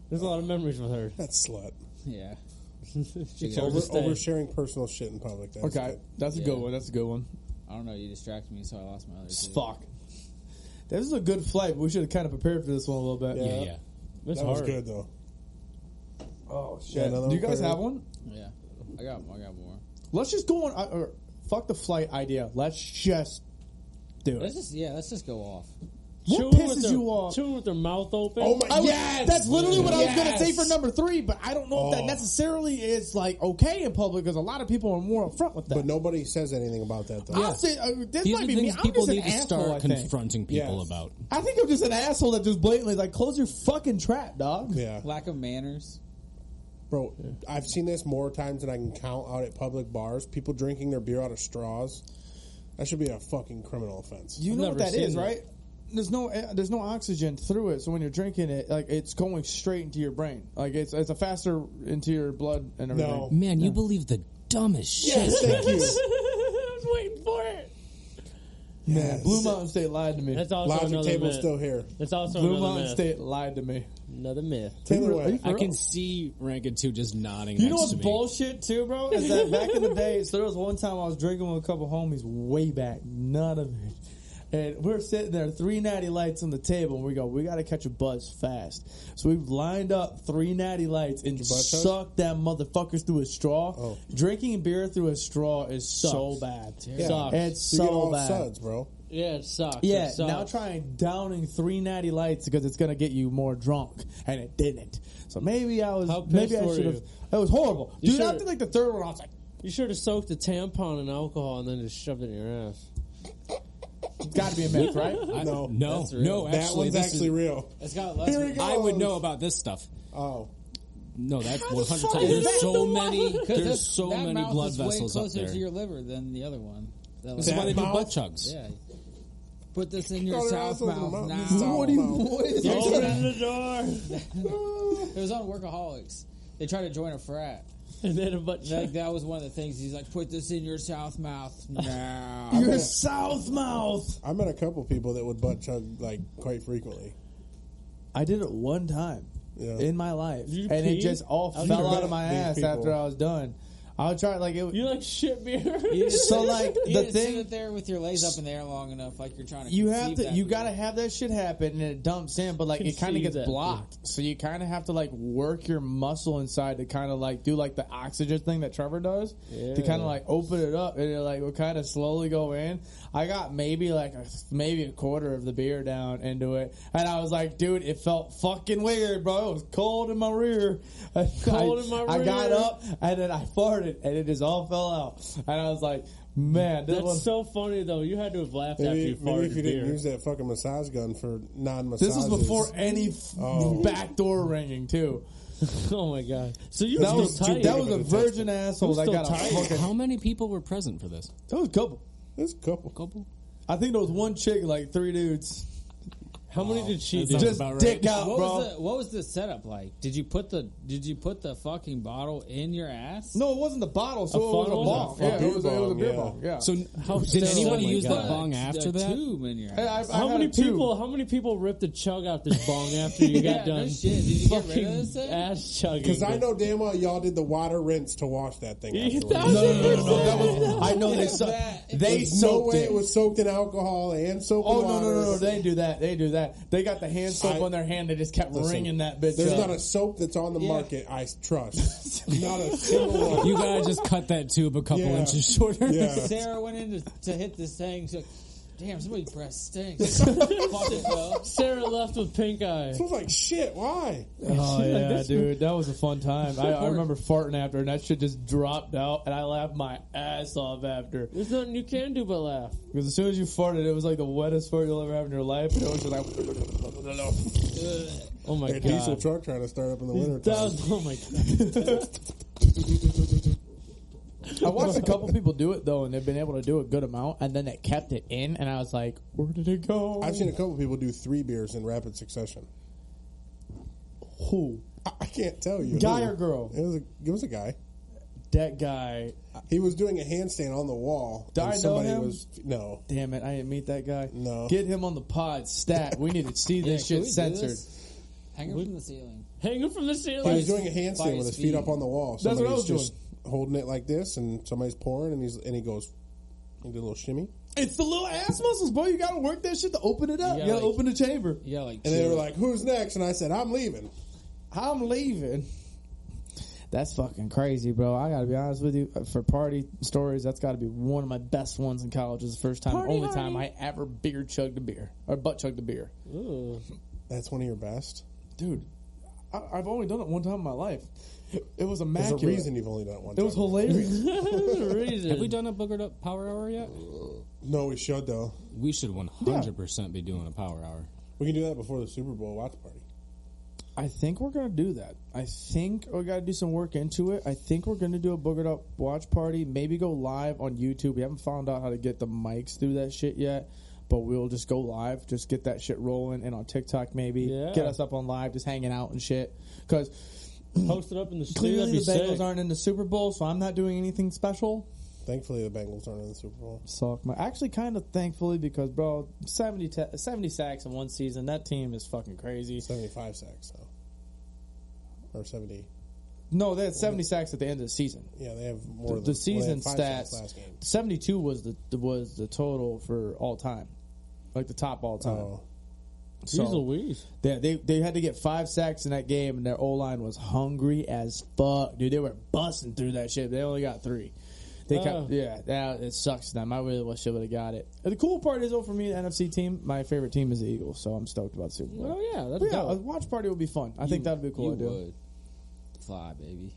D: There's a lot of memories with her.
E: that slut.
H: Yeah,
D: She
H: Yeah.
D: told
E: Over,
D: us to stay.
E: oversharing personal shit in public. That's
C: okay,
E: good.
C: that's a
H: Yeah.
C: good one. That's a good one.
H: I don't know. You distracted me, so I lost my other. two.
C: Fuck. This is a good flight. We should have kind of prepared for this one a little bit.
E: Yeah.
F: Yeah, yeah.
D: That's
E: that was
D: hard.
E: good though.
C: Oh shit!
E: Yeah, another
C: Do you guys
E: one.
C: have one?
H: Yeah, I got, I got more.
C: Let's just go on. uh, Or, fuck the flight idea. Let's just do
H: Let's
C: it.
H: just, yeah, let's just go off.
C: What
D: Chewing with
C: pisses
D: her-
C: you off?
D: Chewing with her mouth open.
E: Oh my
C: I was-
E: yes,
C: That's literally what I was going
E: Yes!
C: to say for number three, but I don't know if
E: Oh.
C: that necessarily is like okay in public because a lot of people are more upfront with that.
E: But nobody says anything about that though.
C: I'll say uh, this
F: These
C: might
F: are
C: be me.
F: things
C: I'm
F: people
C: just an
F: need to
C: asshole. I
F: start
C: think.
F: confronting people
E: Yes.
F: about.
C: I think I'm just an asshole that just blatantly is like close your fucking trap, dog.
E: Yeah,
H: Lack of manners.
E: bro. I've seen this more times than I can count out at public bars. People drinking their beer out of straws. That should be a fucking criminal offense.
C: You
D: I've
C: know what
D: never
C: that
D: seen
C: is,
D: that.
C: right? There's no eh, there's no oxygen through it, so when you're drinking it, like it's going straight into your brain. Like it's it's a faster into your blood and everything.
E: no.
F: Man, you believe the dumbest
E: Yes,
F: shit.
E: thank you.
D: I was waiting for it.
E: Yes.
C: Blue Mountain State lied to me.
D: That's also
E: Logic
D: another
E: table's
D: myth.
E: still here.
D: That's also
C: Blue
D: another
C: Mountain
D: myth.
C: State lied to me.
D: Another myth.
E: Taylor
C: Are you
E: Way.
C: for
F: I
C: real?
F: can see Rankin two just nodding.
C: You
F: next
C: know what's
F: to me.
C: bullshit too, bro? Is that back in the day, so there was one time I was drinking with a couple homies way back, none of it. And we're sitting there, three natty lights on the table, and we go, we gotta catch a buzz fast. So we lined up three natty lights and
E: buzz chug?
C: sucked that motherfuckers through a straw.
E: Oh.
C: Drinking beer through a straw is so
D: Sucks.
C: bad.
D: Yeah. Sucks.
C: It's
E: You get
C: so
E: all
C: bad.
E: suds, bro.
D: Yeah, it sucks.
C: Yeah,
D: it sucks.
C: now trying downing three natty lights because it's gonna get you more drunk, and it didn't. So maybe I was
D: How pissed
C: maybe I
D: were
C: should have.
D: you?
C: It was horrible,
D: You
C: dude.
D: should've-
C: After like the third one, I was like,
D: You should have soaked a tampon in alcohol and then just shoved it in your ass.
C: it's got to be a myth, right?
F: I-
E: No.
F: no,
H: That's real.
F: no.
E: That
F: Actually,
E: one's
F: this
E: actually
F: is-
E: real.
H: It's got less.
E: Here we go.
F: I would know about this stuff.
E: Oh,
F: No, that
C: the
F: 100
C: fuck
F: times.
C: is that
F: There's so
C: the one?
F: many.
H: 'Cause
F: There's
H: this-
F: so
H: that
F: many
H: mouth
F: blood
H: is way
F: vessels up
H: closer
F: there.
H: to your liver than the other one. That
F: That's
H: like-
F: why they do
E: mouth?
F: butt chugs.
H: yeah. Put this in your
E: Throw their
H: south
E: assholes in the
H: mouth
E: mouth.
H: now.
E: What do you-
D: Open the door
E: Oh.
H: It was on Workaholics. They tried to join a frat.
D: and then a butt
H: Like
D: check.
H: that was one of the things. He's like, put this in your south mouth now.
C: Your south mouth.
E: I met a couple people that would butt chug like quite frequently.
C: I did it one time
E: Yeah.
C: in my life,
D: You
C: and it
D: pee?
C: just all
D: How do
C: fell
D: you
C: out of my
E: these
C: ass
E: people?
C: after I was done. I'll try like it.
D: You like shit beer?
C: So like
H: You
C: the
H: didn't sit
C: thing
H: it there with your legs up in the air long enough, like you're trying to.
C: you have
H: conceive
C: to
H: that
C: you
H: beer.
C: gotta have that shit happen and it dumps in, but like it
D: Conceive
C: kind of gets
D: that
C: blocked. So you kind of have to like work your muscle inside to kind of like do like the oxygen thing that Trevor does to kind of like open it up and it like will kind of slowly go in. I got maybe like a, maybe a quarter of the beer down into it, and I was like, dude, it felt fucking weird, bro. It was cold in my rear.
D: Cold
C: I,
D: in my
C: I got
D: rear.
C: up and then I farted and it just all fell out, and I was like, man, this
D: That's
C: was.
D: so funny though. You had to have laughed after you
E: Maybe, maybe
D: farted
E: if you
D: beer.
E: didn't use that fucking massage gun for
C: This
E: non-massages.
C: was before any f-
E: Oh.
C: backdoor ringing too.
D: oh my god! So you were
C: That
D: still
C: was
D: tight.
C: that was a virgin asshole
D: I'm still
C: that got a
D: tired.
C: fucking.
F: How many people were present for this?
C: That was a couple.
E: This couple.
F: Couple.
C: I think there was one chick, like three dudes,
D: How many did she
F: That's
D: do?
F: not-
C: just
F: about right.
C: dick out,
H: What
C: bro.
H: was, the, what was the setup like? Did you put the Did you put the fucking bottle in your ass?
C: No, it wasn't the bottle.
D: A
C: So it was a
D: funnel?
C: bong.
E: A
C: Yeah,
E: beer
C: it was, a- it was a
E: bong,
C: beer
E: yeah.
C: bong. Yeah.
F: So how, did
H: So-
F: anyone
H: Oh my
F: use the
H: God.
F: bong
H: The
F: after that?
H: tube in your
C: Hey, I, I
H: ass.
D: how
C: got
D: many
C: a two.
D: people? How many people ripped the chug out this bong after you
H: Yeah,
D: got
H: no
D: done?
H: shit. Did you get rid of
D: fucking
H: this thing?
D: ass chugging?
E: Because I know damn well y'all did the water rinse to wash that thing. Afterwards.
C: No, no, no, no, that was- I know they
H: Look at
C: sucked.
H: that.
C: They
E: There's no
C: soaked
E: way
C: it.
E: it was soaked in alcohol and soap.
C: Oh
E: and
C: no,
E: water.
C: no, no, no! They do that. They do that. They got the hand soap
E: I-
C: on their hand. They just kept
E: Listen,
C: wringing that bitch.
E: There's
C: up.
E: not a soap that's on the market I trust. not a single one.
F: You gotta just cut that tube a couple
E: Yeah.
F: inches shorter.
E: Yeah.
H: Sarah went in to, to hit this thing. She's like, "Damn, somebody's breath stinks." Fuck it, bro.
D: Sarah left with pink eye.
E: Smells like shit. Why?
C: Oh yeah, dude, that was a fun time. I, I remember farting after, and that shit just dropped out, and I laughed my ass off after.
D: There's nothing you can do but laugh.
C: Because as soon as you farted, it was like the wettest fart you'll ever have in your life. And it was just like,
D: Oh my
E: A diesel
D: god!
E: truck trying to start up in the winter
D: That
E: time.
D: was, oh my god!
C: I watched a couple people do it though, and they've been able to do a good amount, and then they kept it in, and I was like, where did it go?
E: I've seen a couple people do three beers in rapid succession.
C: Who?
E: I, I can't tell you.
C: Guy
E: who.
C: or girl?
E: It was a it was a guy.
C: That guy.
E: He was doing a handstand on the wall.
C: Did I know
E: and somebody
C: him?
E: was no.
C: Damn it, I didn't meet that guy.
E: No.
C: Get him on the pod stat. We need to see this
H: Yeah, can
C: shit
H: we do
C: censored.
H: this? Hang her from the ceiling.
D: Hanging from the
E: He
D: ceiling.
E: was doing a handstand with his feet up on the wall.
C: That's
E: Somebody's
C: what I was
E: just holding it like this, and somebody's pouring, and he's and he goes, he did a little shimmy,
C: It's the little ass muscles, boy. You gotta work that shit to open it up. You gotta,
H: You gotta, like-
C: open the chamber.
H: Yeah, like.
E: and they were like, "Who's next?" And I said, "I'm leaving."
C: I'm leaving. That's fucking crazy, bro. I gotta be honest with you. For party stories, that's gotta be one of my best ones in college. It's the first time, only time I ever beer chugged a beer or butt chugged a beer,
E: That's one of your best.
C: dude. I, I've only done it one time in my life. It was
E: There's
C: immaculate.
E: a reason you've only done it one.
C: It was
E: time.
C: hilarious.
F: Have we
D: reason.
F: done a boogered up power hour yet?
E: No, we should though.
F: We should 100% be doing a power hour.
E: We can do that before the Super Bowl watch party.
C: I think we're gonna do that. I think we gotta do some work into it. I think we're gonna do a boogered up watch party. Maybe go live on YouTube. We haven't found out how to get the mics through that shit yet, but we'll just go live. Just get that shit rolling, and on TikTok maybe
D: Yeah.
C: get us up on live, just hanging out and shit. Because
D: Posted up in the studio. That'd
C: clearly
D: be
C: the Bengals
D: sick.
C: aren't in the Super Bowl, so I'm not doing anything special.
E: Thankfully, the Bengals aren't in the Super Bowl.
C: Suck my actually kind of thankfully because bro, 70, ta 70 sacks in one season. That team is fucking crazy.
E: Seventy-five sacks though, or seventy.
C: No, they had seventy sacks at the end of the season.
E: Yeah, they have
C: the, the
E: more. than, well, they
C: season
E: had five sacks
C: stats.
E: last game.
C: 72 was the was the total for all time. Like the top all time.
E: Oh,
D: Jeez
C: So
D: Louise.
C: they, they they had to get five sacks in that game and their O-line was hungry as fuck. Dude, they were busting through that shit. They only got 3. They kept,
D: Oh.
C: yeah, that, it sucks to them. I really wish they would have got it. And the cool part is though for me the NFC team, my favorite team is the Eagles, so I'm stoked about the Super Bowl.
D: Oh yeah, that's
C: But yeah,
D: dope.
C: a watch party would be fun. I think that'd be a cool
H: You
C: idea.
H: would. Fly, baby.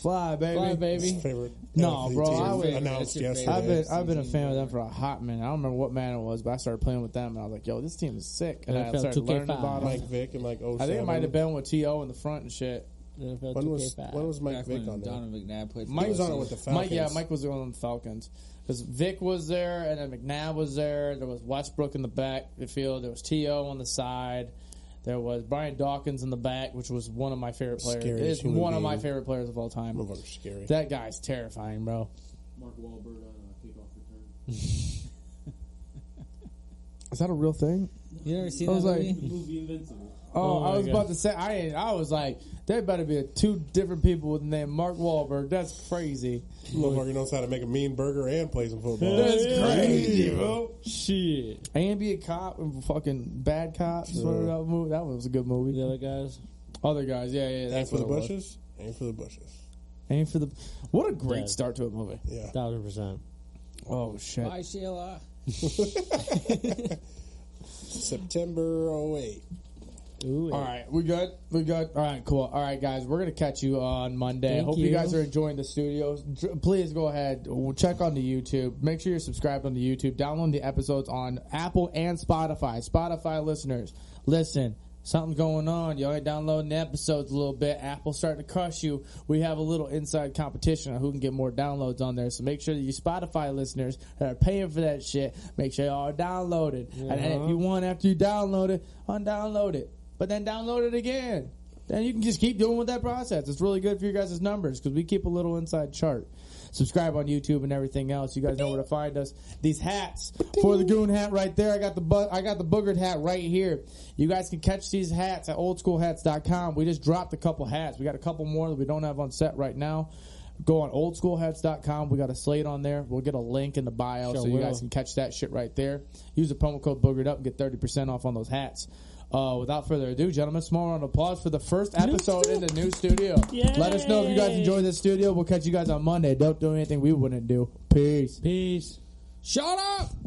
C: Fly, baby.
D: Fly, baby.
E: his favorite.
C: No,
E: NFL
C: bro,
E: team
C: I would-
E: announced
H: That's your
E: yesterday.
H: favorite.
C: I've been
H: It's
C: I've been a
H: something
C: fan of them for a hot minute. I don't remember what man it was, but I started playing with them and I was like, "Yo, this team is sick." And, I
D: NFL
C: started learning
D: 2K5.
C: about
E: Mike
C: them.
E: Vick and like oh,
C: I think it might have been with To in the front and shit.
D: NFL
E: When was
D: 2K5.
E: when was Mike
H: Back
E: Vick
H: when
E: on there?
H: Donovan McNabb played. for
E: Mike was on it
H: LSU.
E: with the Falcons.
C: Mike, yeah, Mike was on the Falcons because Vic was there, and then McNabb was there. There was Westbrook in the back the field. There was To on the side. There was Brian Dawkins in the back, which was one of my favorite players.
E: Scariest
C: It's
E: human
C: one of my
E: being.
C: favorite players of all time.
E: Motherfucker's scary.
C: That guy's terrifying, bro.
G: Mark Wahlberg on a kickoff return.
C: Is that a real thing?
H: You never seen
C: I
H: that
C: was like-
H: movie?
G: The movie Invincible.
C: Oh,
D: my
C: I was
D: God.
C: about to say I ain't- I was like, there better be two different people with the name Mark Wahlberg. That's crazy.
E: Motherfucker knows how to make a mean burger and play some football.
C: That's
D: Yeah.
C: crazy, bro.
D: Shit.
C: And be a cop and fucking bad cops. is what That movie- that was a good movie.
D: The other guys.
C: Other guys, yeah, yeah.
E: Aim
C: That's
E: for
C: what
E: the
C: it was.
E: bushes. Aim for the bushes.
C: Aim for the. What a great
D: Yeah.
C: start to a movie.
E: Yeah.
D: Thousand percent.
C: Oh shit.
H: Bye, Sheila.
E: September 08.
D: Ooh.
C: All right, we good. We good. All right, cool. All right, guys, we're gonna catch you on Monday.
D: Thank
C: Hope you.
D: you.
C: guys are enjoying the studio. Dr- Please go ahead, We'll check on the YouTube. Make sure you're subscribed on the YouTube. Download the episodes on Apple and Spotify. Spotify listeners, listen. Something's going on. You're downloading the episodes a little bit. Apple's starting to crush you. We have a little inside competition on who can get more downloads on there. So make sure that you Spotify listeners that are paying for that shit, make sure y'all are downloaded. And if you want after you download it, undownload it but then download it again. Then you can just keep doing with that process. It's really good for your guys' numbers because we keep a little inside chart. Subscribe on YouTube and everything else. You guys know where to find us. These hats for the goon hat right there. I got the bu- I got the boogered hat right here. You guys can catch these hats at oldschoolhats.com. We just dropped a couple hats. We got a couple more that we don't have on set right now. Go on oldschoolhats.com. We got a slate on there. We'll get a link in the bio so you guys can catch that shit right there. Use the promo code boogered up and get 30% off on those hats. Uh, without further ado, gentlemen, small round of applause for the first episode in the new studio. Let us know if you guys enjoyed this studio. We'll catch you guys on Monday. Don't do anything we wouldn't do. Peace.
D: Peace.
H: Shut up.